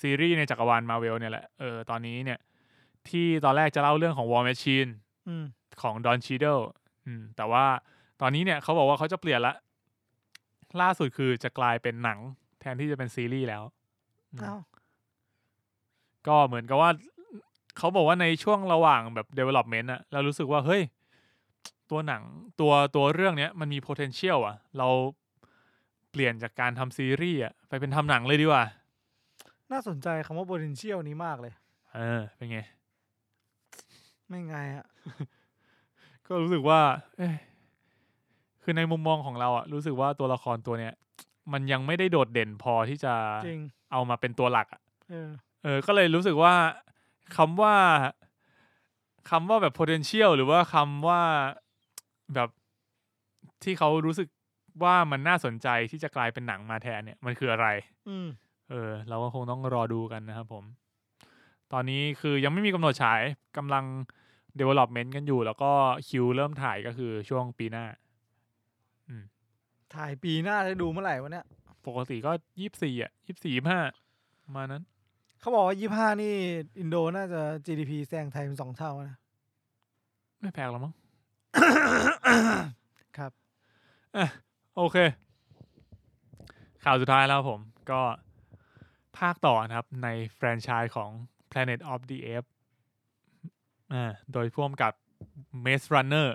[SPEAKER 2] ซีรีส์ในจักรวาลมาเวลเนี่ยแหละ เออ ตอนนี้เนี่ย ที่ตอนแรกจะเล่าเรื่องของ War Machine
[SPEAKER 1] อืม
[SPEAKER 2] ของดอนชีเดลอืม แต่ว่าตอนนี้เนี่ยเขาบอกว่าเขาจะเปลี่ยนละ ล่าสุดคือจะกลายเป็นหนัง แทนที่จะเป็นซีรีส์แล้วอืม
[SPEAKER 1] เอ้า
[SPEAKER 2] ก็เหมือนกับว่า เขาบอกว่าในช่วงระหว่างแบบ development อะเรารู้สึกว่า เฮ้ย ตัวหนังตัวตัวเรื่องเนี้ยมันมี potential อะเราเปลี่ยนจากการทำซีรีส์อะไปเป็นทำหนังเลยดีกว่า
[SPEAKER 1] น่าสนใจคำว่า potential นี้มากเลย
[SPEAKER 2] เออ เป็นไง
[SPEAKER 1] ไม่ไงอะ
[SPEAKER 2] ก็รู้สึกว่า เอ้ยคือในมุมมองของเราอะรู้สึกว่าตัวละครตัวเนี้ย มันยังไม่ได้โดดเด่นพอที่จะ
[SPEAKER 1] จริง
[SPEAKER 2] เอามาเป็นตัวหลักอะ
[SPEAKER 1] เออ
[SPEAKER 2] เออ ก็เลยรู้สึกว่าคำว่าคำว่าแบบ potential หรือว่าคำว่าแบบที่เขารู้สึกว่ามันน่าสนใจที่จะกลายเป็นหนังมาแทนเนี่ย มันคืออะไร
[SPEAKER 1] อืม
[SPEAKER 2] เออเราก็คงต้องรอดูกันนะครับผม ตอนนี้คือยังไม่มีกำหนดฉายกำลัง development กันอยู่ แล้วก็คิวเริ่มถ่ายก็คือช่วงปีหน้า
[SPEAKER 1] ถ่ายปีหน้าจะดูเมื่อไหร่วะเนี่ย
[SPEAKER 2] ปกติก็ยี่สิบสี่อ่ะยี่สิบสี่ห้าประมาณนั้น
[SPEAKER 1] เขาบอกว่ายี่ห้านี่อินโดน่าจะ GDP แซงไทยเป็นสองเท่านะ
[SPEAKER 2] ไม่แพงหรอกมั้ง
[SPEAKER 1] <coughs> ครับ
[SPEAKER 2] อ่ะโอเค ข่าวสุดท้ายแล้วครับผมก็ภาคต่อนะครับ ในแฟรนไชส์ของ Planet of the Apes อ่าโดยพ่วมกับ Maze Runner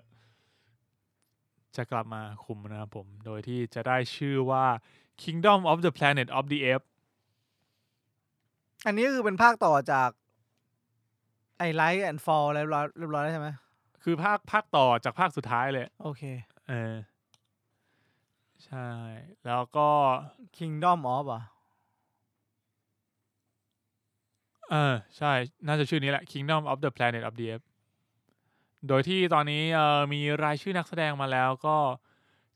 [SPEAKER 2] จะกลับมาคุมนะครับผม โดยที่จะได้ชื่อว่า Kingdom of the Planet of the Apes
[SPEAKER 1] อันนี้คือเป็นภาคต่อจากไอไลท์แอนด์ฟอลเรียบร้อยเรียบร้อยแล้วใช่ไหม
[SPEAKER 2] คือภาคภาคต่อจากภาคสุดท้ายเลย
[SPEAKER 1] โอเค
[SPEAKER 2] เออ ใช่ แล้วก็
[SPEAKER 1] Kingdom of เหรอ่ะ
[SPEAKER 2] เออใช่ น่าจะชื่อนี้แหละ Kingdom of the Planet of the Apes โดยที่ตอนนี้เอ่อมีรายชื่อนักแสดงมาแล้วก็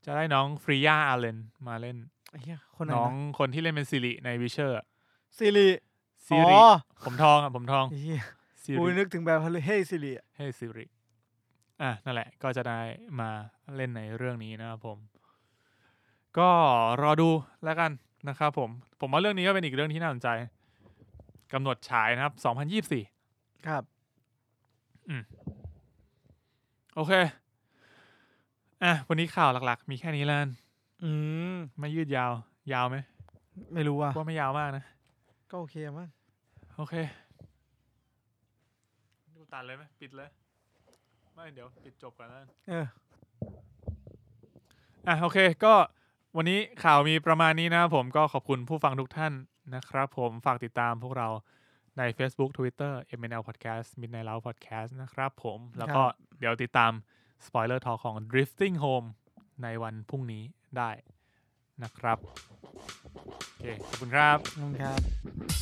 [SPEAKER 2] จะได้น้องฟรียาอาเลนมาเล่น
[SPEAKER 1] เหี้ยคนไหน
[SPEAKER 2] น้อง
[SPEAKER 1] นะ
[SPEAKER 2] คนที่เล่นเป็นซิริในวิเชอร์
[SPEAKER 1] ซีรี
[SPEAKER 2] ซิ
[SPEAKER 1] อ๋
[SPEAKER 2] ริ
[SPEAKER 1] อ
[SPEAKER 2] ผมทองอ่ะผมทอง
[SPEAKER 1] เหี้ย
[SPEAKER 2] ซิ
[SPEAKER 1] กู
[SPEAKER 2] ริ
[SPEAKER 1] นึกถึงแบบเฮ้ยซีรี
[SPEAKER 2] เฮ้ซิริอ่ะนั่นแหละ ก็จะได้มาเล่นในเรื่องนี้นะครับผม ก็รอดูแล้วกันนะครับผม ผมว่าเรื่องนี้ก็เป็นอีกเรื่องที่น่าสนใจกำหนดฉายนะครับ 2024
[SPEAKER 1] ครับ
[SPEAKER 2] โอเค อ่ะ วันนี้ข่าวหลักๆ มีแค่นี้แล้วกัน
[SPEAKER 1] อืม
[SPEAKER 2] ไม่ยืดยาว ยาวไหม
[SPEAKER 1] ไม่รู้ว่ะ
[SPEAKER 2] ว่าไม่ยาวมากนะ
[SPEAKER 1] ก็โอเคมั้ง
[SPEAKER 2] โอเคกูตัดเลยไหมปิดเลย ไม่ เดี๋ยว ปิดจบก่อนแล้วกัน
[SPEAKER 1] เออ
[SPEAKER 2] อ่ะ โอเค ก็วันนี้ข่าวมีประมาณนี้นะครับผมก็ขอบคุณผู้ฟังทุกท่านนะครับผมฝากติดตามพวกเราใน Facebook Twitter MNL Podcast Midnight Love Podcast นะครับผมแล้วก็เดี๋ยวติดตาม Spoiler Talk ของ Drifting Home ในวันพรุ่งนี้ได้นะครับ โอเค ขอบคุณครับ
[SPEAKER 1] ขอบคุณครับ